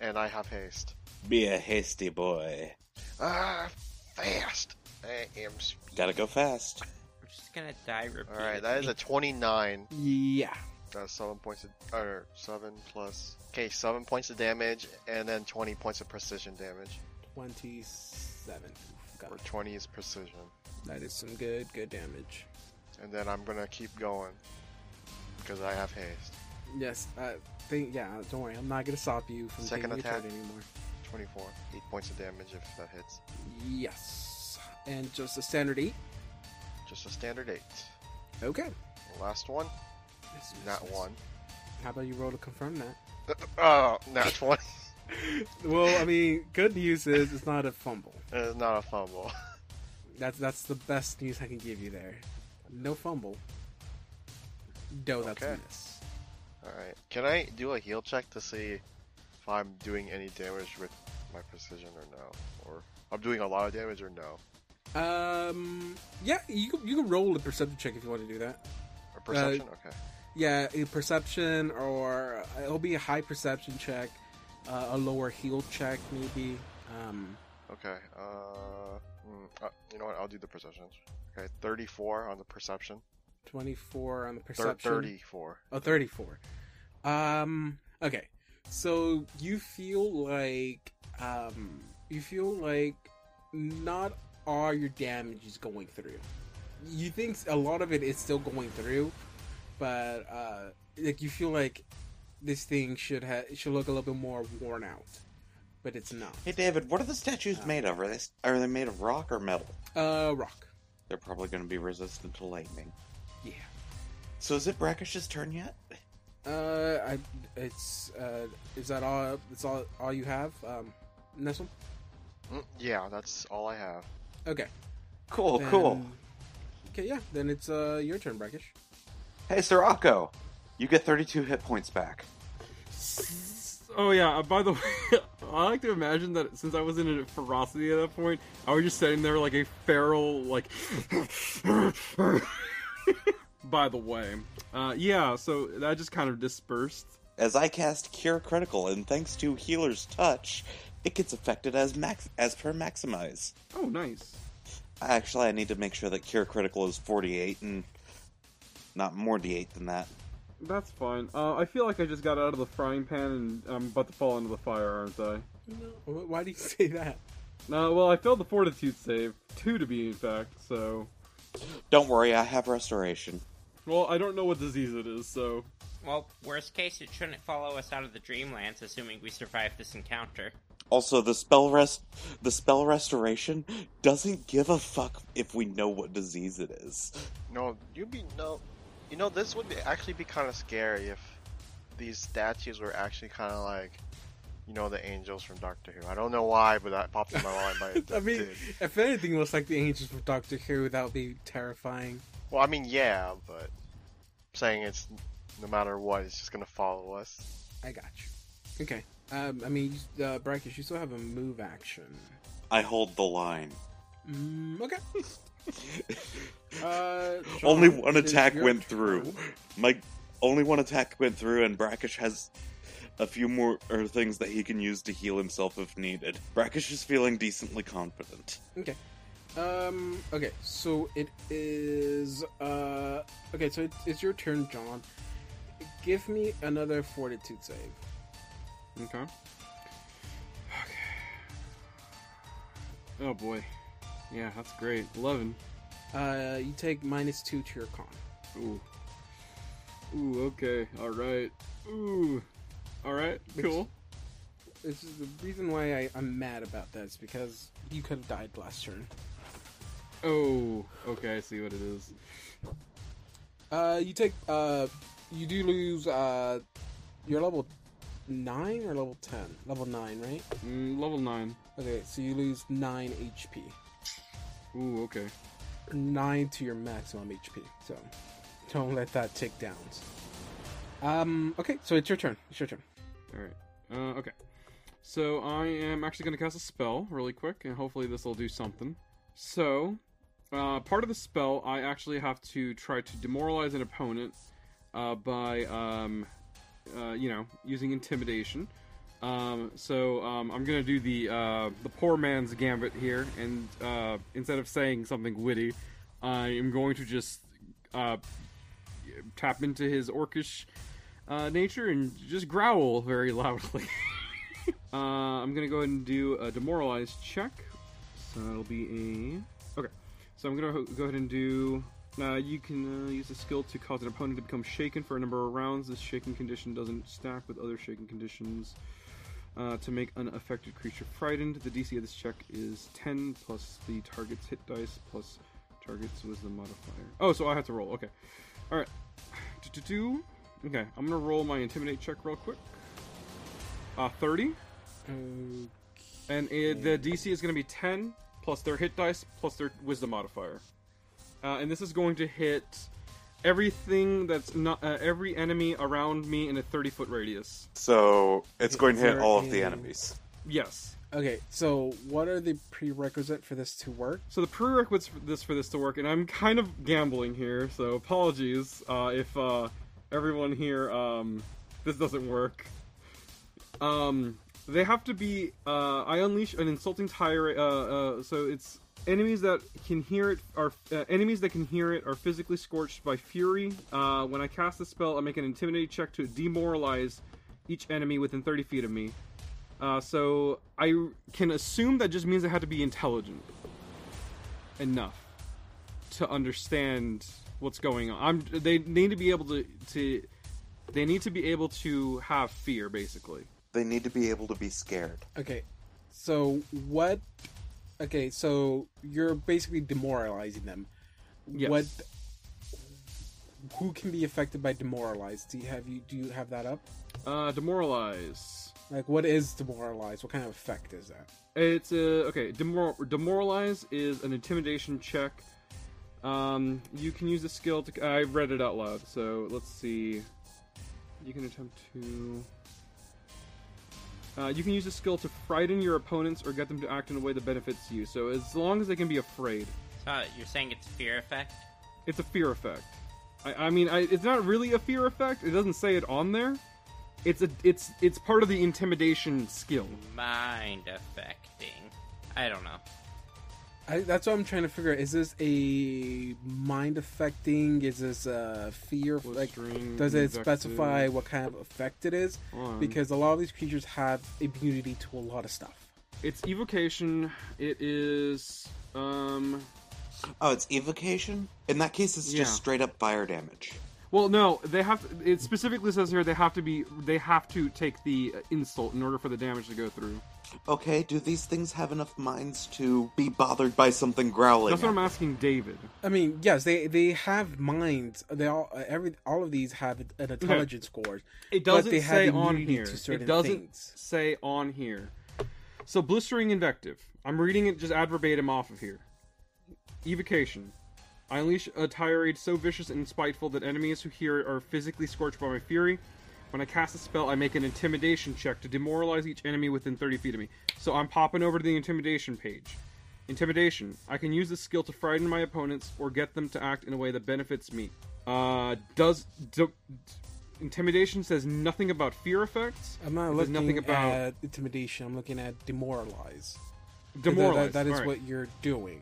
and I have haste. Be a hasty boy. Ah, fast! I am. s- Gotta go fast. just gonna die repeatedly. All right, that is a 29. Yeah. That's seven points. Of, or seven plus. Okay, seven points of damage, and then 20 points of precision damage, 27. Oof, or God, 20 is precision. that is some good, good damage. And then I'm gonna keep going because I have haste. Yes, I think, yeah, don't worry. I'm not going to stop you from Second being attack. retarded anymore. 24, eight points of damage if that hits. Yes. And just a standard 8. Just a standard eight. Okay. Last one, Yes, yes, not yes. one. How about you roll to confirm that? Oh, not (laughs) 20. Well, I mean, good news is it's not a fumble. it's not a fumble. That's that's the best news I can give you there. No fumble. No, that's Okay. a miss. All right. Can I do a heal check to see if I'm doing any damage with my precision or no? Or I'm doing a lot of damage or no? Um, yeah, you can, you can roll a perception check if you want to do that. Or perception? okay. Yeah, a perception or uh, it'll be a high perception check, uh, a lower heal check maybe. Um, Okay. Uh, mm, uh, you know what? I'll do the perception. Okay. 34 on the perception. twenty four on the Thir- perception. 34. Oh, 34. Um, okay. So you feel like, um, you feel like not all your damage is going through. You think a lot of it is still going through, but, uh, like you feel like this thing should have, should look a little bit more worn out, but it's not. Hey, David, what are the statues Uh, made of? Are they are they made of rock or metal? Uh, rock. They're probably going to be resistant to lightning. Yeah. So is it Brackish's turn yet? Uh, I, it's, uh, is that all, that's all, all you have? Um, next one? Mm, yeah, that's all I have. Okay. Cool, Then- Oh, cool. Um, Okay, yeah. Then it's uh your turn, Brackish. Hey, Sirocco, you get 32 hit points back. Oh yeah. uh, By the (laughs) way, I like to imagine that since I was in a ferocity at that point, I was just sitting there like a feral, like. (laughs) by the way, uh, yeah. So that just kind of dispersed. As I cast Cure Critical, and thanks to Healer's Touch, it gets affected as max as per maximize. Oh, nice. Actually, I need to make sure that Cure Critical is 48 and not more D8 than that. That's fine. Uh, I feel like I just got out of the frying pan and I'm about to fall into the fire, aren't I? No. wh- Why do you (laughs) say that? No, well, I failed the fortitude save, two to be in fact. So, Don't worry, I have Restoration. well, I don't know what disease it is. So, (laughs) Well, worst case, it shouldn't follow us out of the dreamlands, assuming we survive this encounter. Also, the spell rest, the spell restoration doesn't give a fuck if we know what disease it is. No, you'd be no. You know, this would be, actually be kind of scary if these statues were actually kind of like, you know, the angels from Doctor Who. I don't know why, but that popped (laughs) in my mind. But it I mean, did. if anything looks like the angels from Doctor Who, that would be terrifying. well, I mean, yeah, but saying it's no matter what, it's just gonna follow us. (laughs) (laughs) I got you. Okay. Um, I mean, you- uh, Brackish, you still have a move action. I hold the line. Mm, okay. (laughs) Uh, Sean, only one it is attack your went through. turn. My only one attack went through, and Brackish has a few more er, things that he can use to heal himself if needed. Brackish is feeling decently confident. Um. Okay. So it is. Uh. Okay. So it's, it's your turn, John. Give me another fortitude save. okay. Okay. Oh boy. Yeah, that's great. Eleven. Uh, you take minus two to your con. Ooh. Ooh. Okay. All right. Ooh. All right. Cool. This is the reason why I, I'm mad about that is because you could have died last turn. Oh. Okay. I see what it is. Uh, you take uh, you do lose uh, your level nine or level ten? Level nine, right? Mm, level nine. Okay, so you lose nine HP, Ooh. Okay. nine to your maximum HP. So don't let that tick down. Um, okay, so it's your turn. It's your turn. All right. Uh, okay. So I am actually going to cast a spell really quick, and hopefully this will do something. So, uh, part of the spell, I actually have to try to demoralize an opponent uh, by, um, uh, you know, using intimidation. Um, so um, I'm going to do the uh, the poor man's gambit here, and uh, instead of saying something witty, I am going to just uh, tap into his orcish uh, nature and just growl very loudly. (laughs) uh, I'm going to go ahead and do a demoralized check. So that'll be a. Okay. So I'm going to go ahead and do. Uh, you can uh, use a skill to cause an opponent to become shaken for a number of rounds. This shaken condition doesn't stack with other shaken conditions. Uh, to make an affected creature frightened, the DC of this check is 10 plus the target's hit dice plus target's was the modifier. Oh, so I have to roll. Okay. All right. Do-do-do. Okay, I'm gonna roll my intimidate check real quick. Uh, 30, Mm. and it, the DC is gonna be 10 plus their hit dice plus their wisdom modifier, uh, and this is going to hit everything that's not uh, every enemy around me in a 30 foot radius. So it's going to hit all of the Yeah. enemies. Yes. Okay, so what are the prerequisite for this to work? So the prerequisites for this for this to work, and I'm kind of gambling here, so apologies uh, if uh, everyone here um, this doesn't work. Um, they have to be. Uh, I unleash an insulting tirade. Uh, uh, so it's enemies that can hear it are uh, enemies that can hear it are physically scorched by fury. Uh, when I cast the spell, I make an intimidate check to demoralize each enemy within 30 feet of me. Uh, so I can assume that just means it had to be intelligent enough to understand what's going on. I'm, they need to be able to, to they need to be able to have fear basically. They need to be able to be scared. Okay, so what? Okay, so you're basically demoralizing them. Yes. What? Who can be affected by demoralized? Do you have you do you have that up? Uh, demoralize. Like, what is demoralized? What kind of effect is that? It's a okay. Demor- demoralize is an intimidation check. Um, you can use the skill to. I read it out loud, so let's see. You can attempt to. Uh, you can use a skill to frighten your opponents or get them to act in a way that benefits you. So as long as they can be afraid, So Uh, you're saying it's fear effect? it's a fear effect. I, I mean, I, it's not really a fear effect. It doesn't say it on there. It's a. It's it's part of the intimidation skill. Mind affecting. I don't know. I, that's what I'm trying to figure. out. Is this a mind affecting? Is this a fear? Like, Blistering, does it infected. specify what kind of effect it is? on. Because a lot of these creatures have immunity to a lot of stuff. It's evocation. It is um Oh, it's evocation? In that case, it's Yeah. just straight up fire damage. well no, they have it specifically says here they have to be they have to take the insult in order for the damage to go through. Okay, do these things have enough minds to be bothered by something growling? That's what at I'm them? asking David. I mean, yes, they they have minds. They all uh, every all of these have an intelligence score. It But doesn't they have say on immunity here. to It certain doesn't things. say on here. So blistering invective. I'm reading it just ad verbatim off of here. Evocation. I unleash a tirade so vicious and spiteful that enemies who hear it are physically scorched by my fury. When I cast a spell, I make an intimidation check to demoralize each enemy within 30 feet of me. So I'm popping over to the intimidation page. Intimidation. I can use this skill to frighten my opponents or get them to act in a way that benefits me. Uh, does do, intimidation says nothing about fear effects? I'm not It says looking nothing about at intimidation. I'm looking at demoralize. Th- th- demoralize. that is Alright. what you're doing.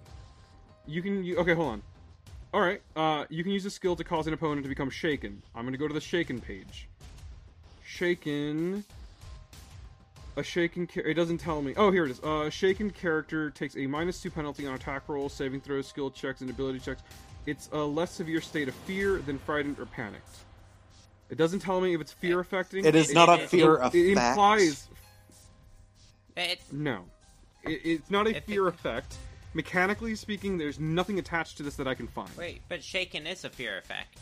You can. You, okay, hold on. All right. Uh, you can use a skill to cause an opponent to become shaken. I'm going to go to the shaken page. Shaken. A shaken. Char- it doesn't tell me. Oh, here it is. Uh, a shaken character takes a minus two penalty on attack rolls, saving throws, skill checks, and ability checks. It's a less severe state of fear than frightened or panicked. It doesn't tell me if it's fear affecting. It is not a it- fear it, effect. it implies It, no. It, it's not a If fear it- effect. Mechanically speaking, there's nothing attached to this that I can find. wait, but shaken is a fear effect.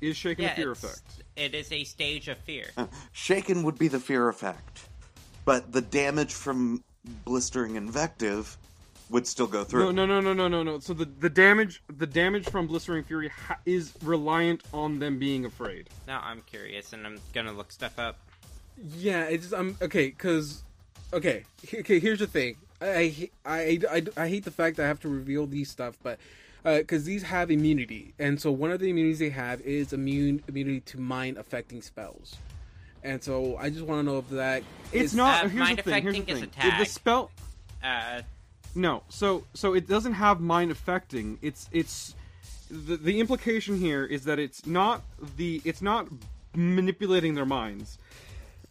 Is shaken a Yeah, fear it's- effect? It is a stage of fear. Shaken would be the fear effect, but the damage from blistering invective would still go through. No, no, no, no, no, no, no. So the, the damage the damage from blistering fury ha- is reliant on them being afraid. now I'm curious and I'm gonna look stuff up. Yeah, it's um okay because okay he- okay here's the thing I I, I I hate the fact that I have to reveal these stuff but because these have immunity and so one of the immunities they have is immune immunity to mind affecting spells and so I just want to know if that It's, is- not. uh, here's the mind thing. Here's the affecting thing. is It- the attack. spell. Uh, No. So so it doesn't have mind affecting. It's it's the, the implication here is that it's not the it's not manipulating their minds.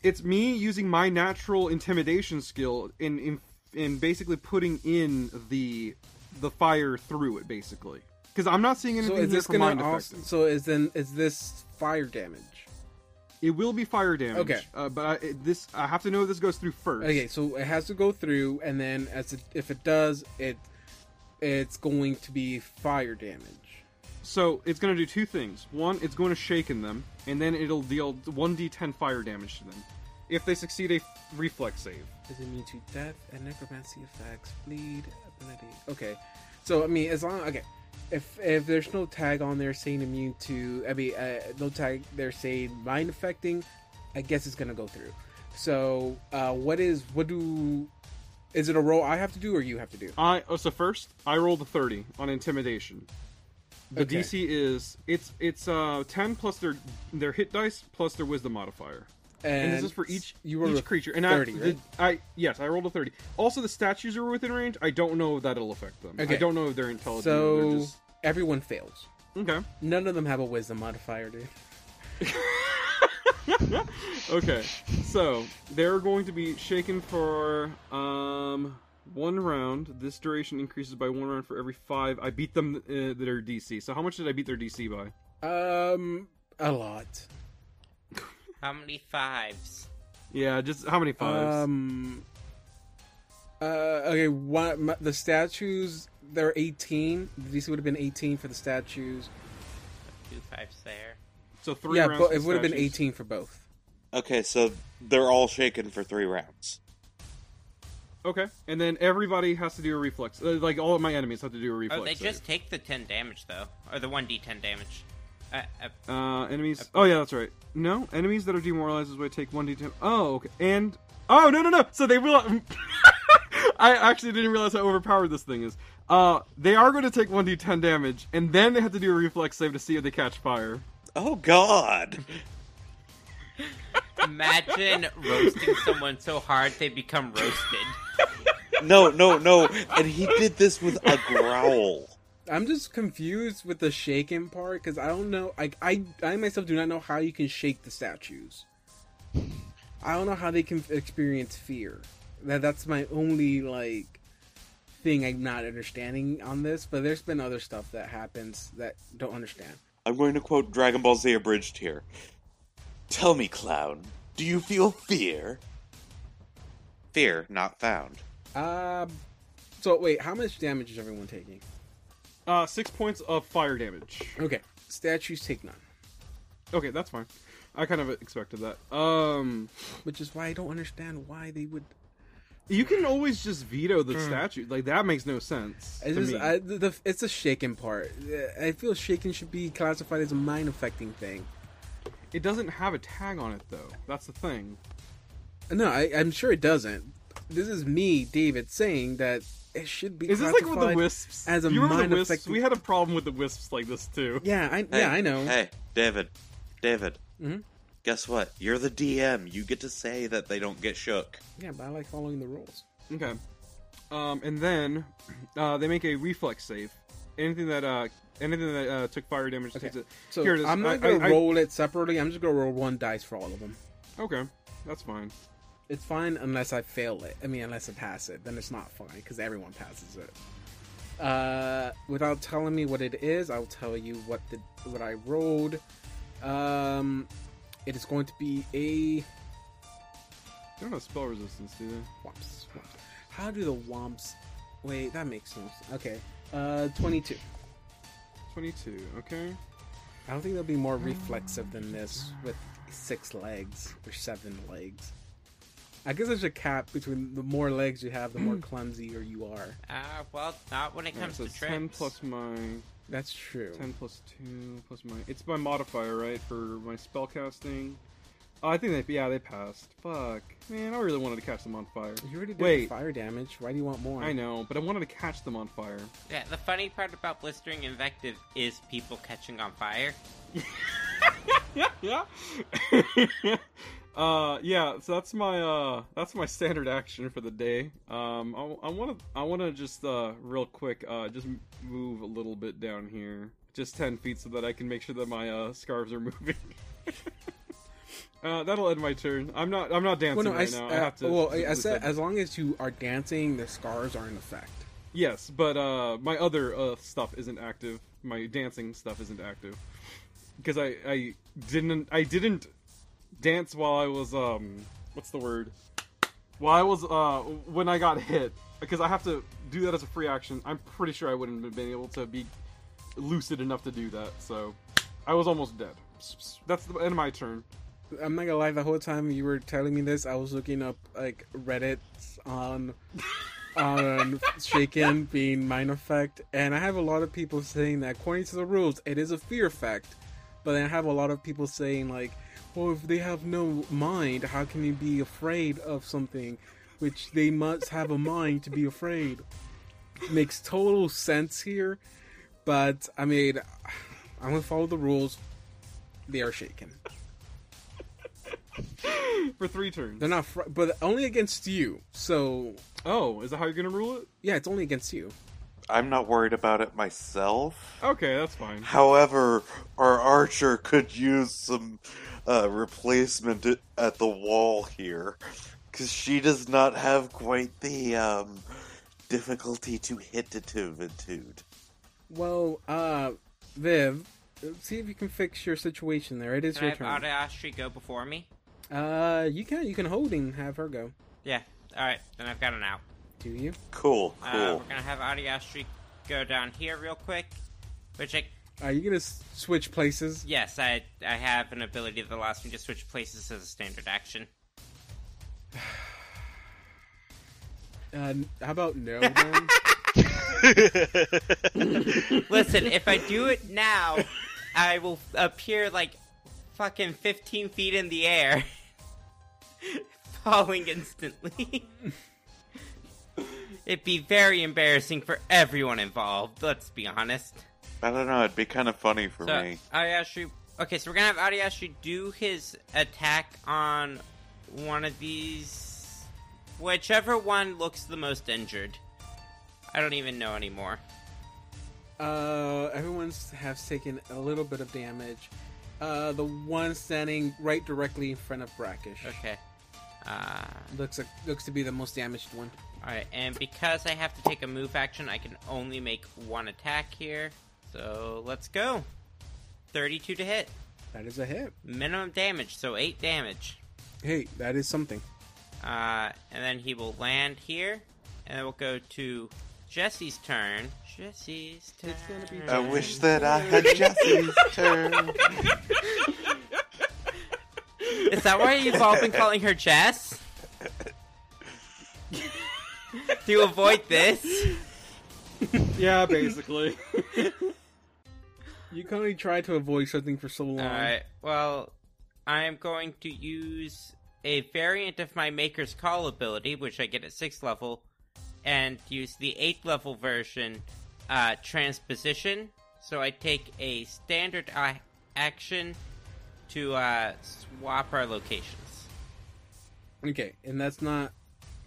It's me using my natural intimidation skill in in, in basically putting in the the fire through it basically. Because I'm not seeing anything So is here this for mind gonna effect. also, so is then is this fire damage? It will be fire damage. Okay. uh, but I, it- this I have to know this goes through first. Okay, so it has to go through, and then as it, if it does, it it's going to be fire damage. So it's going to do two things. One, it's going to shaken them, and then it'll deal 1d10 fire damage to them. If they succeed a f- reflex save. Is immune to death and necromancy effects, bleed ability. Okay, so I mean, as long okay, if if there's no tag on there saying immune to, I mean, uh, no tag there saying mind affecting, I guess it's gonna go through. So uh, what is what do? Is it a roll I have to do or you have to do? I oh, so first I rolled a 30 on intimidation. The Okay. DC is it's it's uh 10 plus their their hit dice plus their wisdom modifier. And, this is for each you were each creature. And 30, I, right? the, I yes, I rolled a 30. Also the statues are within range. I don't know if that'll affect them. I Okay. don't know if they're intelligent. or So they're just everyone fails. okay. None of them have a wisdom modifier, dude. okay, so they're going to be shaken for um one round. This duration increases by one round for every five. I beat them uh, their DC. So how much did I beat their DC by? Um, a lot. How many fives? Yeah, just how many fives? Um, uh, okay. One, my, the statues they're eighteen. The DC would have been eighteen for the statues. Two fives there. so three. yeah, rounds but for it would have been statues. eighteen for both. Okay, so they're all shaken for three rounds. Okay, and then everybody has to do a reflex. Uh, like all of my enemies have to do a reflex. Oh, they save. just take the 10 damage, though. Or the 1d10 damage. Uh, uh, Uh, enemies. Oh yeah, that's right. No, enemies that are demoralized is why I take one d10. Oh, okay. And oh no no no. So they will. (laughs) I actually didn't realize how overpowered this thing is. Uh, they are going to take one d10 damage, and then they have to do a reflex save to see if they catch fire. Oh God! imagine roasting someone so hard they become (laughs) roasted. No, no, no! And he did this with a growl. I'm just confused with the shaking part because I don't know. Like I, I myself do not know how you can shake the statues. I don't know how they can experience fear. That that's my only like thing I'm not understanding on this. But there's been other stuff that happens that don't understand. I'm going to quote Dragon Ball Z abridged here. Tell me, clown, do you feel fear? Fear not found. Um. So wait, how much damage is everyone taking? Uh, six points of fire damage. Okay, statues take none, Okay, that's fine. I kind of expected that. Um, which is why I don't understand why they would. you can always just veto the statue. Like that makes no sense. to It's just, me. Hmm. I, the, the, it's a shaken part. I feel shaken should be classified as a mind affecting thing. It doesn't have a tag on it though. That's the thing. No, I, I'm sure it doesn't. This is me, David, saying that it should be. Is this like with the classified- wisps? as a you remember mind the wisps? affect- We had a problem with the wisps like this too. Yeah, I yeah I know. Hey, David, David. Mhm. Guess what? You're the DM. You get to say that they don't get shook. Yeah, but I like following the rules. Okay. Um, and then uh, they make a reflex save. Anything that uh, anything that uh, took fire damage Okay. takes it. So Here it is. I'm I- not gonna I- I- roll it separately. I'm just gonna roll one dice for all of them. Okay, that's fine. It's fine unless I fail it. I mean, unless I pass it, then it's not fine because everyone passes it. Uh, without telling me what it is, I'll tell you what the what I rolled. Um, it is going to be a They don't have spell resistance, do they? womps. womps. How do the womps? Wait, that makes sense. Okay, uh, twenty-two. Twenty-two. Okay. I don't think they'll be more reflexive than this with six legs or seven legs. I guess there's a cap between the more legs you have, the (clears throat) more clumsier you are. Ah, well, not when it Alright, comes so to it's ten trips. plus my That's true. ten plus two plus my. It's my modifier, right, for my spell casting. Oh, I think they yeah they passed. Fuck, man, I really wanted to catch them on fire. You already did Wait. the fire damage. Why do you want more? I know, but I wanted to catch them on (laughs) fire. Yeah, the funny part about blistering invective is people catching on fire. yeah. (laughs) uh, yeah. So that's my uh, that's my standard action for the day. Um, I want to I want to just uh, real quick uh, just move a little bit down here. just 10 feet so that I can make sure that my uh, scarves are moving. (laughs) uh, that'll end my turn. I'm not. I'm not dancing Well, no, I, right s- now. uh, I have to. well, I- I physically said stand as long as you are dancing, the scars are in effect. Yes, but uh, my other uh, stuff isn't active. My dancing stuff isn't active because I, I didn't I didn't dance while I was um what's the word while I was uh when I got hit because I have to do that as a free action. I'm pretty sure I wouldn't have been able to be lucid enough to do that. So I was almost dead. That's the end of my turn. (laughs) I'm not gonna lie. The whole time you were telling me this, I was looking up like Reddit on on shaken being mind effect, and I have a lot of people saying that according to the rules, it is a fear effect. But then I have a lot of people saying like, well, if they have no mind, how can you be afraid of something? Which they must have a mind to be afraid. Makes total sense here, but I mean, I'm gonna follow the rules. They are shaken. For three turns. They're not, fr- but only against you. So Oh, is that how you're gonna rule it? yeah, it's only against you. I'm not worried about it myself. Okay, that's (laughs) fine. However, our archer could use some uh, replacement at the wall here, because she does not have quite the um, difficulty to hit attitude. Well, uh, Viv, see if you can fix your situation there. It is Can I your have turn. Adashi go before me? Uh, you can you can hold and have her go. Yeah. All right. Then I've got an out. Do you? Cool, cool. Uh, we're gonna have Adashi go down here real quick. Which I Are you gonna s- switch places? yes, I I have an ability that allows me to switch places as a standard action. Uh, n- how about no? (laughs) Then? Listen, if I do it now, I will appear like fucking 15 feet in the air, (laughs) falling instantly. (laughs) It'd be very embarrassing for everyone involved, let's be honest. I don't know. It'd be kind of funny for So, me. Ariashi. Okay, so we're gonna have Ariashi do his attack on one of these. Whichever one looks the most injured. I don't even know anymore. uh, everyone's has taken a little bit of damage. Uh, the one standing right directly in front of Brackish Okay. Uh. looks like, looks to be the most damaged one. Alright, and because I have to take a move action, I can only make one attack here. So let's go. 32 to hit. That is a hit. Minimum damage, so 8 damage. Hey, that is something. Uh, and then he will land here. And then we'll go to Jesse's turn. Jesse's turn. It's gonna be I wish that I had Jesse's turn. Is that why you've all (laughs) been calling her Jess? (laughs) to avoid this? Yeah, basically. You can only try to avoid something for so long. Alright, well, I am going to use a variant of my Maker's Call ability, which I get at 6th level, and use the 8th level version, uh, Transposition. So I take a standard uh, action to uh, swap our locations. Okay, and that's not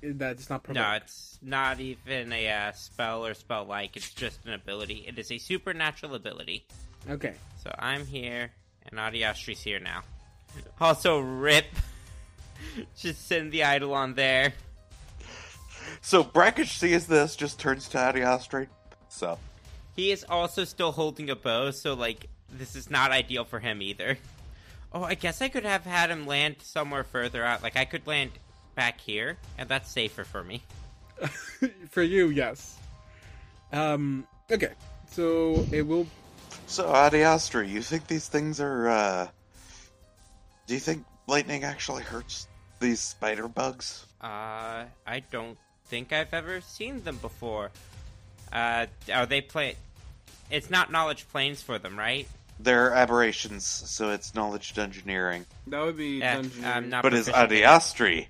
that's not provoke. No, it's not even a uh, spell or spell like, it's just an ability. It is a supernatural ability. Okay, (laughs) So I'm here, and Adiastri's here now. Also, rip. (laughs) Just send the idol on there. So Brackish sees this, just turns to Adiastri. So He is also still holding a bow, so, like, this is not ideal for him either. Oh, I guess I could have had him land somewhere further out. Like, I could land back here, and that's safer for me. for you, yes. Um. Okay, so it will. So, Adiastra, you think these things are, uh. Do you think lightning actually hurts these spider bugs? Uh, I don't think I've ever seen them before. Uh, are they play? It's not knowledge planes for them, right? They're aberrations, so it's knowledge engineering. (laughs) that would be. Eh, dungeon- I'm not. But is proficient in- Adiastri.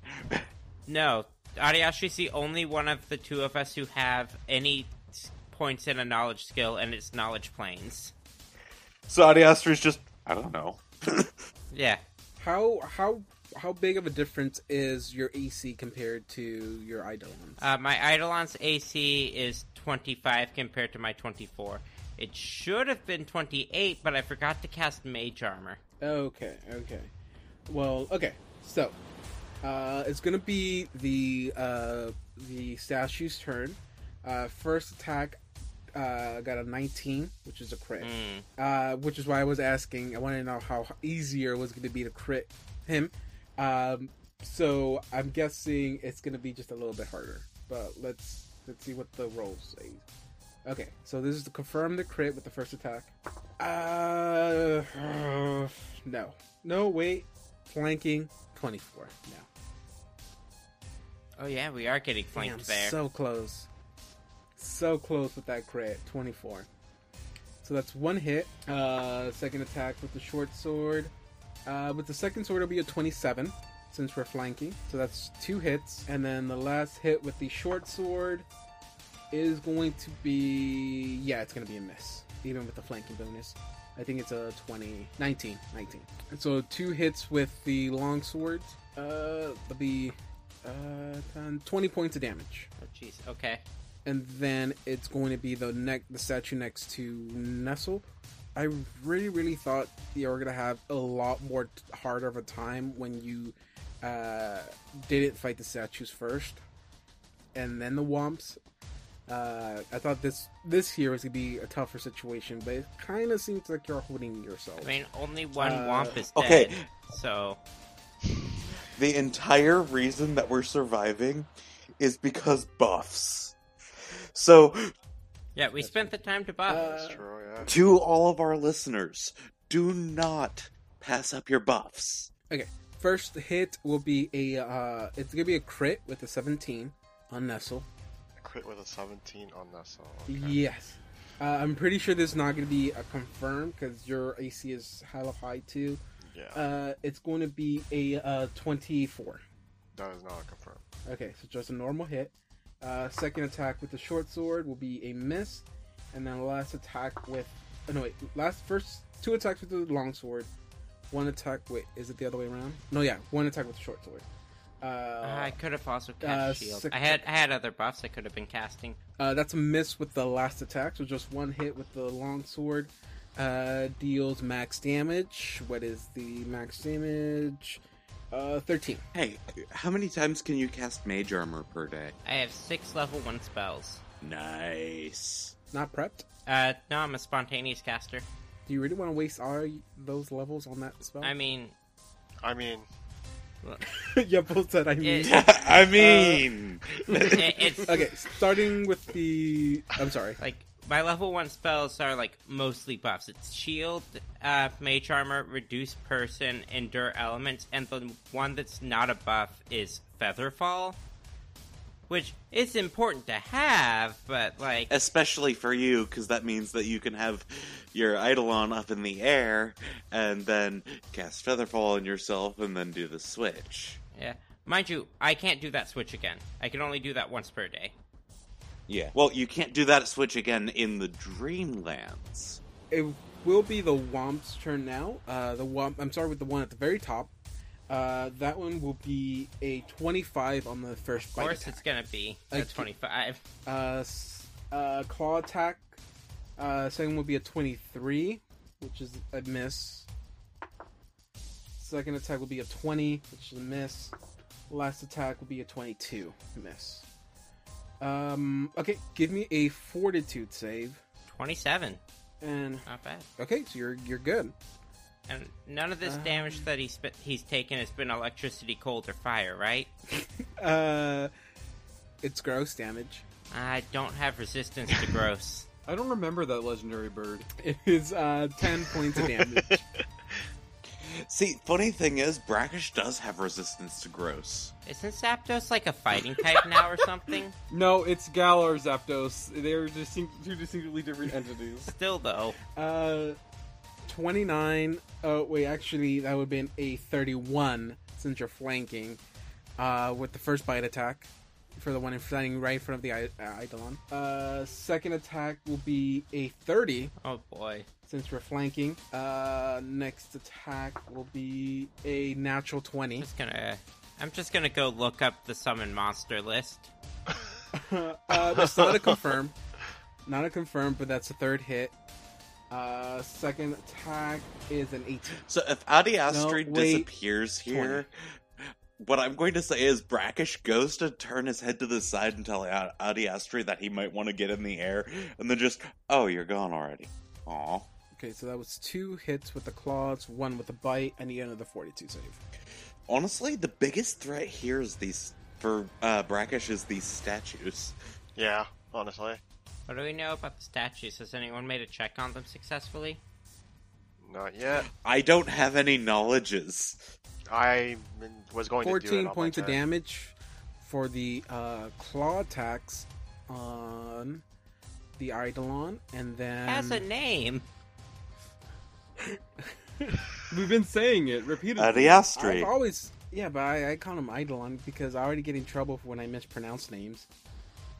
No, Ariashi's the only one of the two of us who have any s- points in a knowledge skill, and it's knowledge planes. So, Adiastri's just. I don't know. Yeah. How how how big of a difference is your AC compared to your Eidolons? Uh, my Eidolon's AC is 25 compared to my 24. It should have been 28, but I forgot to cast Mage Armor. Okay, okay. Well, okay. So, uh, it's gonna be the uh, the statue's turn. Uh, first attack uh, got a 19, which is a crit. Mm. Uh, which is why I was asking. I wanted to know how easier it was gonna be to crit him. Um, so I'm guessing it's gonna be just a little bit harder. But let's let's see what the rolls say. Okay, so this is to confirm the crit with the first attack. Uh, (sighs) no, no, wait, flanking twenty-four. No, Oh, yeah, we are getting Damn, flanked there. so close, so close with that crit twenty-four. So that's one hit. Uh, second attack with the short sword. Uh, with the second sword, it'll be a twenty-seven since we're flanking. So that's two hits, and then the last hit with the short sword is going to be yeah, it's going to be a miss, even with the flanking bonus. I think it's a 20, 19, 19. And so two hits with the longsword. Uh, that'll be uh, 10, 20 points of damage, Oh, jeez. Okay. and then it's going to be the neck, the statue next to Nestle. I really, really thought you were gonna have a lot more t- harder of a time when you uh, didn't fight the statues first, and then the womps. Uh, I thought this this here was gonna be a tougher situation, but it kind of seems like you're holding yourself. I mean, only one Uh, Womp is dead. okay. So, The entire reason that we're surviving is because buffs. So, yeah, we spent the time to buff. Uh, That's true, yeah. to all of our listeners, do not pass up your buffs. First hit will be a uh, it's gonna be a crit with a 17 on Nestle. I quit with a 17 on that song. Yes. Uh, I'm pretty sure this is not going to be a confirm because your AC is hella high too. Yeah, Uh, it's going to be a uh, 24. that is not a confirm. Okay, so just a normal hit. Uh, second attack with the short sword will be a miss, and then last attack with oh, no wait, last first two attacks with the long sword, one attack wait is it the other way around? No, yeah, one attack with the short sword. I Uh, could have also cast uh, shield. six- I had I had other buffs I could have been casting. Uh, that's a miss with the last attack, so just one hit with the longsword. Uh, deals max damage. What is the max damage? Uh, 13. Hey, how many times can you cast mage armor per day? I have six level one spells. Nice. Not prepped. Uh, no, I'm a spontaneous caster. Do you really want to waste all those levels on that spell? I mean, I mean, (laughs) yeah, both said I mean. it, (laughs) I mean, it- it's Okay, starting with the. I'm sorry. like my level one spells are like mostly buffs. It's shield, uh, mage armor, reduce person, endure elements, and the one that's not a buff is featherfall, which is important to have, but like especially for you, because that means that you can have your eidolon up in the air and then cast featherfall on yourself and then do the switch. Yeah. Mind you, I can't do that switch again. I can only do that once per day. Yeah. Well, you can't do that switch again in the Dreamlands. It will be the Womp's turn now. Uh, the Womp. I'm sorry with the one at the very top. Uh, that one will be a 25 on the first Of bite course, attack. it's gonna be a Like- 25. Uh, s- uh, claw attack. Uh, second would be a 23, which is a miss. Second attack will be a 20, which is a miss. Last attack will be a 22, miss. Um, okay, give me a fortitude save. 27. And Not bad. okay, so you're you're good. And none of Uh. this Um, damage that he's been, he's taken has been electricity, cold, or fire, right? Uh, it's gross damage. I don't have resistance to (laughs) gross. I don't remember that legendary bird. It is uh 10 points (laughs) of damage. See, funny thing is, Brackish does have resistance to gross. Isn't Zapdos like a fighting type now or something? No, it's Galar Zapdos. They're distinct, two distinctly different (laughs) entities. Still though, Uh, 29. Oh, wait, actually, that would have been a 31 since you're flanking uh, with the first bite attack for the one in standing right in front of the I- uh, Eidolon. Uh, second attack will be a 30 oh boy, since we're flanking. Uh, next attack will be a natural 20. (laughs) I'm just gonna I'm just gonna go look up the summon monster list. uh, that's not a confirm. Not a confirm, but that's a third hit. Uh, second attack is an 18. So if Adi Astrid wait. disappears here, what I'm going to say is Brackish goes to turn his head to the side and tell Ad- Adi Astrid that he might want to get in the air, and then just, oh, you're gone already. Aw. Okay, so that was two hits with the claws, one with the bite, and the end of the 42 save. Honestly, the biggest threat here is these for uh, Brackish is these statues. Yeah, honestly. What do we know about the statues? Has anyone made a check on them successfully? Not yet. I don't have any knowledges. I was going to do it 14 on my points of turn. damage for the uh, claw attacks on the Eidolon, and then. Has Um. a name. We've been saying it repeatedly. (laughs) Adi I've Astrid. always yeah, but I, I count him Eidolon because I already get in trouble when I mispronounce names.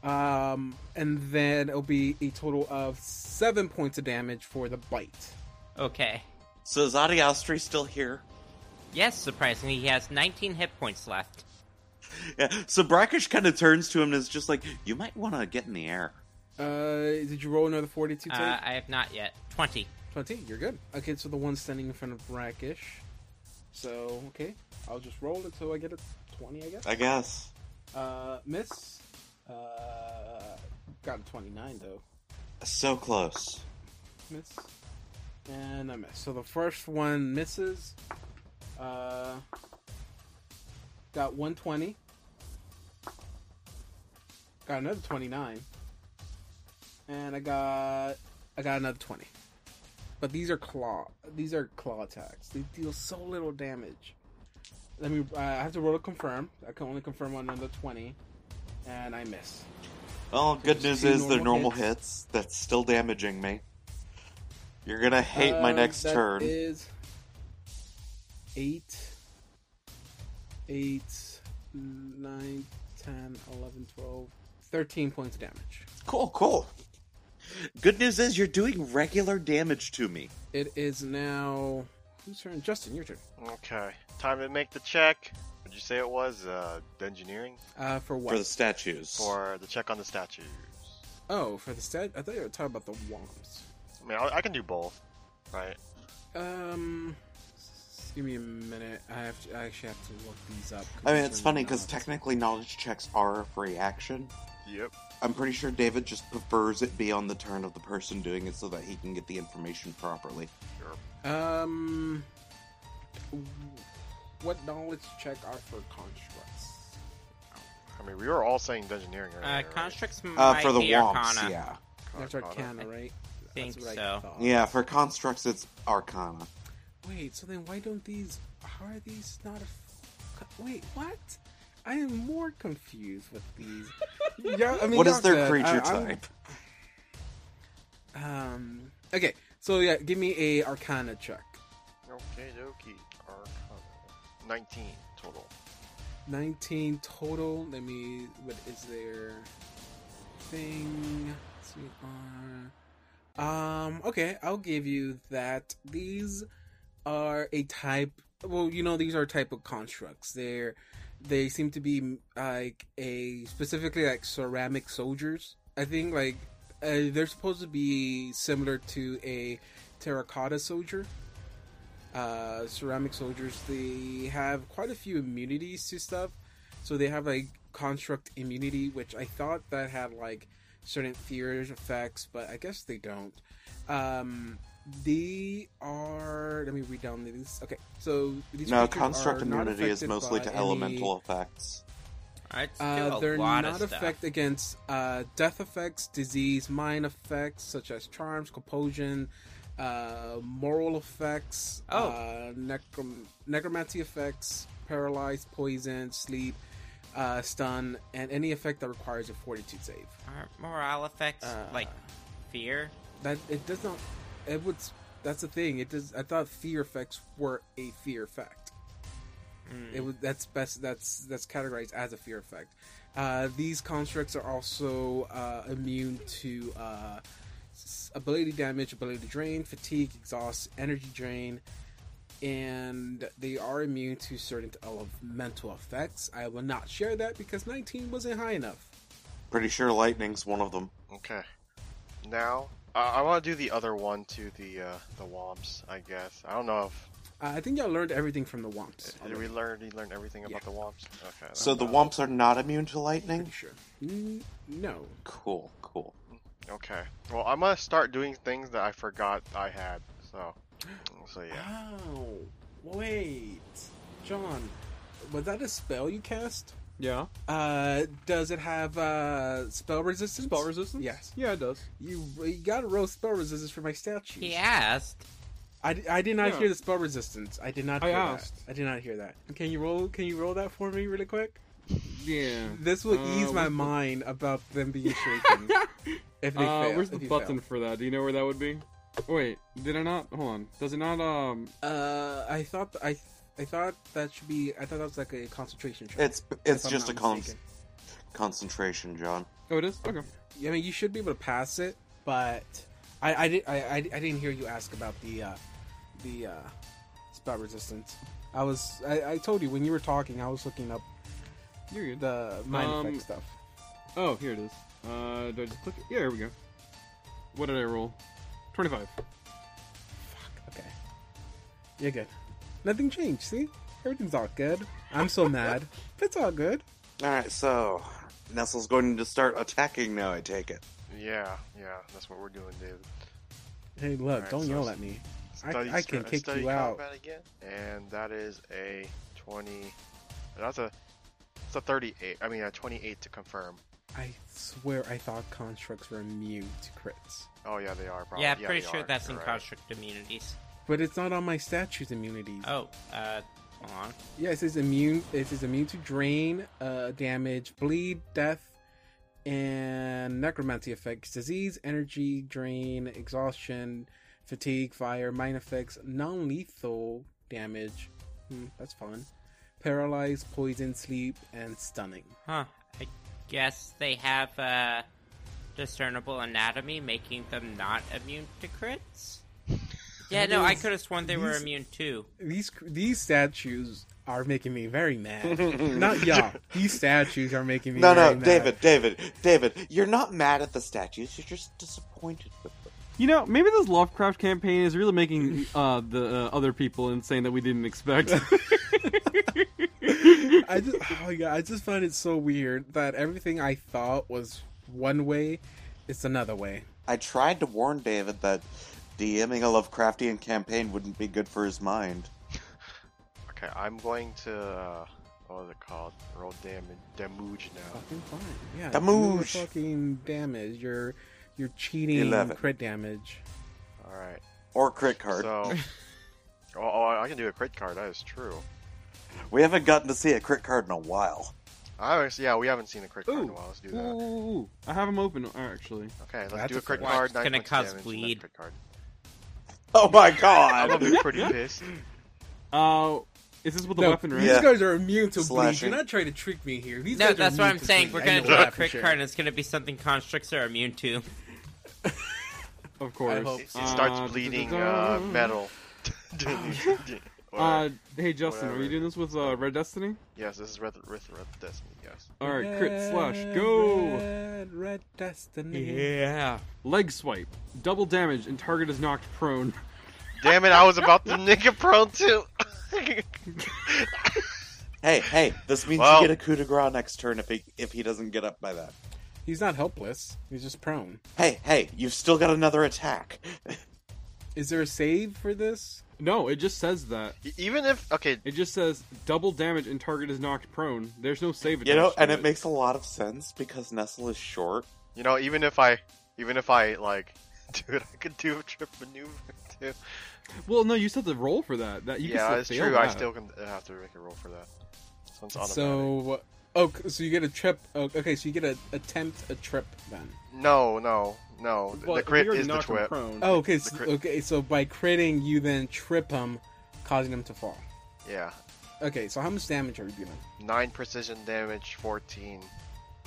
Um, and then it'll be a total of seven points of damage for the bite. Okay. So is Adi Astrid still here? Yes, surprisingly, he has 19 hit points left. Yeah. So Brackish kind of turns to him and is just like, "You might want to get in the air." Uh, did you roll another forty-two? Uh, save? I have not yet. 20. Twenty. You're good. Okay, so the one standing in front of Brackish. So okay, I'll just roll until I get a twenty, I guess. I guess. Uh, miss. Uh, got a twenty-nine though. So close. Miss. And I miss. So the first one misses. Uh, got 120. Got another 29. And I got I got another 20. But these are claw these are claw attacks. They deal so little damage. Let me I have to roll to confirm. I can only confirm on another 20 and I miss. Well, good Just news two is they're normal normal hits. That's still damaging me. You're gonna hate my Uh, next that turn. Is eight, eight, nine, 10, 11, 12, 13 points of damage. Cool, cool. Good news is you're doing regular damage to me. It is now who's turn? Justin, your turn. Okay, time to make the check. Would you say it was uh, engineering Uh, for what? For the statues. for the check on the statues? oh, for the stat. I thought you were talking about the wands. I mean, I, I can do both, right? Um, s- give me a minute. I have. To, I actually have to look these up. 'cause I mean, these it's are funny because not- technically knowledge checks are a free action. Yep. I'm pretty sure David just prefers it be on the turn of the person doing it so that he can get the information properly. Um, what knowledge check are for constructs? I mean, we were all saying engineering Uh, earlier. right? Constructs Uh, might for the be Womps, Arcana. yeah. That's Arcana. Arcana, right? think That's what I so. thought. Yeah, for constructs, it's Arcana. Wait, so then why don't these? How are these not? A, f- co- wait, what? I am more confused with (laughs) these. yeah, I mean, what y'all is their good. creature I- I'm- type? (sighs) Um. Okay, so yeah, give me a Arcana check. Okay, dokie. Arcana. 19 total. Nineteen total. Let me. What is their thing? Let's see. uh, Um. Okay, I'll give you that. These are a type. Well, you know, these are type of constructs. They're they seem to be like a specifically like ceramic soldiers. I think like uh, they're supposed to be similar to a terracotta soldier. Uh, ceramic soldiers they have quite a few immunities to stuff, so they have like construct immunity, which I thought that had like certain fears effects, but I guess they don't. Um, they are. Let me read down these. Okay, so these No, creatures construct are not immunity is affected mostly by to any- elemental effects. Alright, let's uh, do a they're lot not of stuff. effect against uh, death effects, disease, mind effects such as charms, compulsion, uh, moral effects, Oh. uh, necrom- necromancy effects, paralyzed, poison, sleep, uh, stun, and any effect that requires a fortitude save. Aren't morale effects Uh, like fear? That it does not. It would. That's the thing. It does. I thought fear effects were a fear effect. Mm. It was that's best. That's that's categorized as a fear effect. Uh, these constructs are also uh, immune to uh, s- ability damage, ability drain, fatigue, exhaust, energy drain, and they are immune to certain elemental effects. I will not share that because 19 wasn't high enough. Pretty sure lightning's one of them. Okay. Now, I, I want to do the other one to the uh, the Womps, I guess. I don't know if Uh, I think y'all learned everything from the Womps. did we learn did you learn everything about the Womps. Okay. So then, the uh, Womps are not immune to lightning? sure. Mm, no. Cool, cool. Okay. Well, I'm gonna start doing things that I forgot I had. So. So yeah. Ow. Wait. John, was that a spell you cast? Yeah. Uh, does it have uh spell resistance? Spell resistance? Yes. Yeah, it does. You, you gotta roll spell resistance for my statue. He asked. I, I did not Yeah. hear the spell resistance. I did not. I hear asked. That. I did not hear that. Can you roll? Can you roll that for me really quick? Yeah. This will Uh, ease my where's the- mind about them being (laughs) shaken. if they Uh, fail. where's the if you button for that? Do you know where that would be? Wait, did I not? Hold on. Does it not? Um. fail. Uh, I thought I I thought that should be. I thought that was like a concentration check. It's if it's I'm just a not con- mistaken. concentration, John. Oh, it is. Okay. I mean, you should be able to pass it, but I I, did, I, I, I didn't hear you ask about the uh, the uh, spell resistance. I was I, I told you when you were talking, I was looking up You're good. the mind Um, effect stuff. Oh, here it is. Uh, do I just click it? Yeah, here we go. What did I roll? Twenty-five. Okay, you're good. Nothing changed. See, everything's all good. I'm so (laughs) mad. It's all good. Alright, so Nestle's going to start attacking now, I take it. Yeah. Yeah. That's what we're doing, dude. Hey, look! Alright, don't so yell it's- at me. I- Study I stra- can kick study you out. combat again. And that is a twenty. That's a. It's a thirty-eight. I mean, a twenty-eight to confirm. I swear, I thought constructs were immune to crits, Oh yeah, they are. Probably. yeah, pretty they sure are. that's You're in right. construct immunities. but it's not on my statue's immunities. Oh, uh, hold on. Yeah, it says immune. It says immune to drain, uh, damage, bleed, death, and necromancy effects, disease, energy drain, exhaustion, fatigue, fire, mind effects, non-lethal damage. Hmm, that's fun. Paralyzed, poison, sleep, and stunning. Huh. I guess they have uh, discernible anatomy, making them not immune (laughs) to crits. Yeah, That no, I is- could have sworn they were these- immune too. These these statues are making me very (laughs) mad. Not y'all. These statues are making me. No, very no, mad. David, David, David, you're not mad at the statues, you're just disappointed with them. You know, maybe this Lovecraft campaign is really making uh, the uh, other people insane that we didn't expect. I just oh my god, I just find it so weird that everything I thought was one way, it's another way. I tried to warn David that DMing a Lovecraftian campaign wouldn't be good for his mind. Okay, I'm going to. Uh, what is it called? Roll damage. Damage now. Fucking fine. Yeah. Damage. do the Fucking damage. You're you're cheating Eleven. crit damage. All right. Or crit card. So. oh, oh, I can do a crit card. That is true. We haven't gotten to see a crit card in a while. I was, yeah, we haven't seen a crit card in a Ooh. while. Let's do Ooh, that. ooh, ooh. I have them open uh, actually. Okay, let's That's do a a crit first. card. It's nine gonna points cause damage, and bleed. that Crit card. Oh (laughs) my I'm god! gonna (laughs) be pretty pissed. Uh, is this with the No, weapon? Right? These Yeah. guys are immune to bleed. Slashing. You're not trying to trick me here. These No, guys are that's what immune I'm to saying. bleed. We're I gonna know draw a that for crit sure. card, and it's gonna be something constructs are immune to. Of course. I hope It starts Uh, (laughs) bleeding da-da-da. uh, metal. (laughs) Or- Uh, hey Justin, are whatever. you doing this with uh, Red Destiny? yes, this is Red, Red, Red Destiny. Yes. All right, crit slash Red, go. Red, red destiny. Yeah. Leg swipe, double damage, and target is knocked prone. Damn it! I was about to nick a prone too. (laughs) hey, hey, this means Well- you get a coup de grace next turn if he if he doesn't get up by that. He's not helpless. He's just prone. Hey, hey, you've still got another attack. (laughs) Is there a save for this? No, it just says that. E- Even if okay, It just says double damage and target is knocked prone. There's no save. You know, attached to and it makes a lot of sense because Nestle is short. you know, even if I, even if I like, (laughs) dude, I could do a trip maneuver (laughs) too. Well, no, you still have to roll for that. That you can yeah, still that's fail true. I that. still can I have to make a roll for that. So it's automatic. So, oh, so you get a trip. Oh, okay, so you get a attempt a trip then. no, no, no. Well, the if crit you're is the knocked trip. prone- Oh, okay, The so, crit- okay. So by critting, you then trip him, causing him to fall. Yeah, Okay, so how much damage are you doing? nine precision damage, fourteen.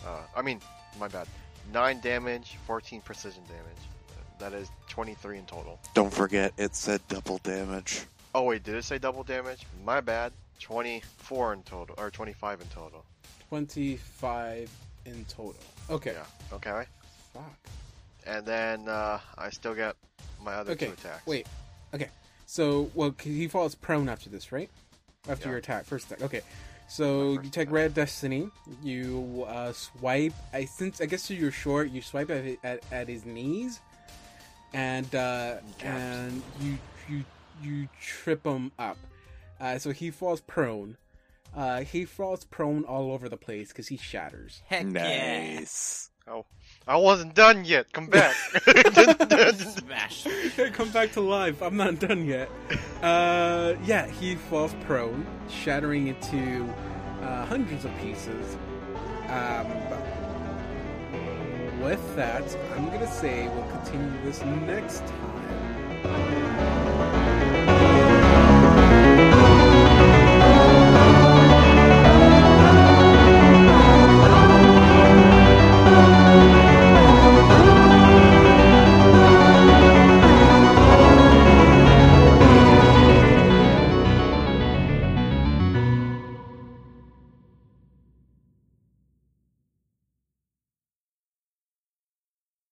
Uh, I mean, my bad. Nine damage, fourteen precision damage. That is twenty-three in total. Don't forget, it said double damage. Oh wait, did it say double damage? My bad. Twenty-four in total, or twenty-five in total. Twenty-five in total. Okay. Yeah. Okay. Fuck. and then uh, I still get my other Okay. two attacks. Wait. Okay. So, well, 'cause he falls prone after this, right? After Yeah. your attack, first attack. Okay. So My you first take attack. Red Destiny. You uh, swipe. I since I guess you're short. You swipe at at, at his knees, and uh, and you you you trip him up. Uh, so he falls prone. Uh, he falls prone all over the place because he shatters. Heck yeah. Nice. I wasn't done yet. Come back. (laughs) Smash. (laughs) Come back to life. I'm not done yet. Uh, yeah, he falls prone, shattering into uh, hundreds of pieces. Um, with that, I'm gonna say we'll continue this next time.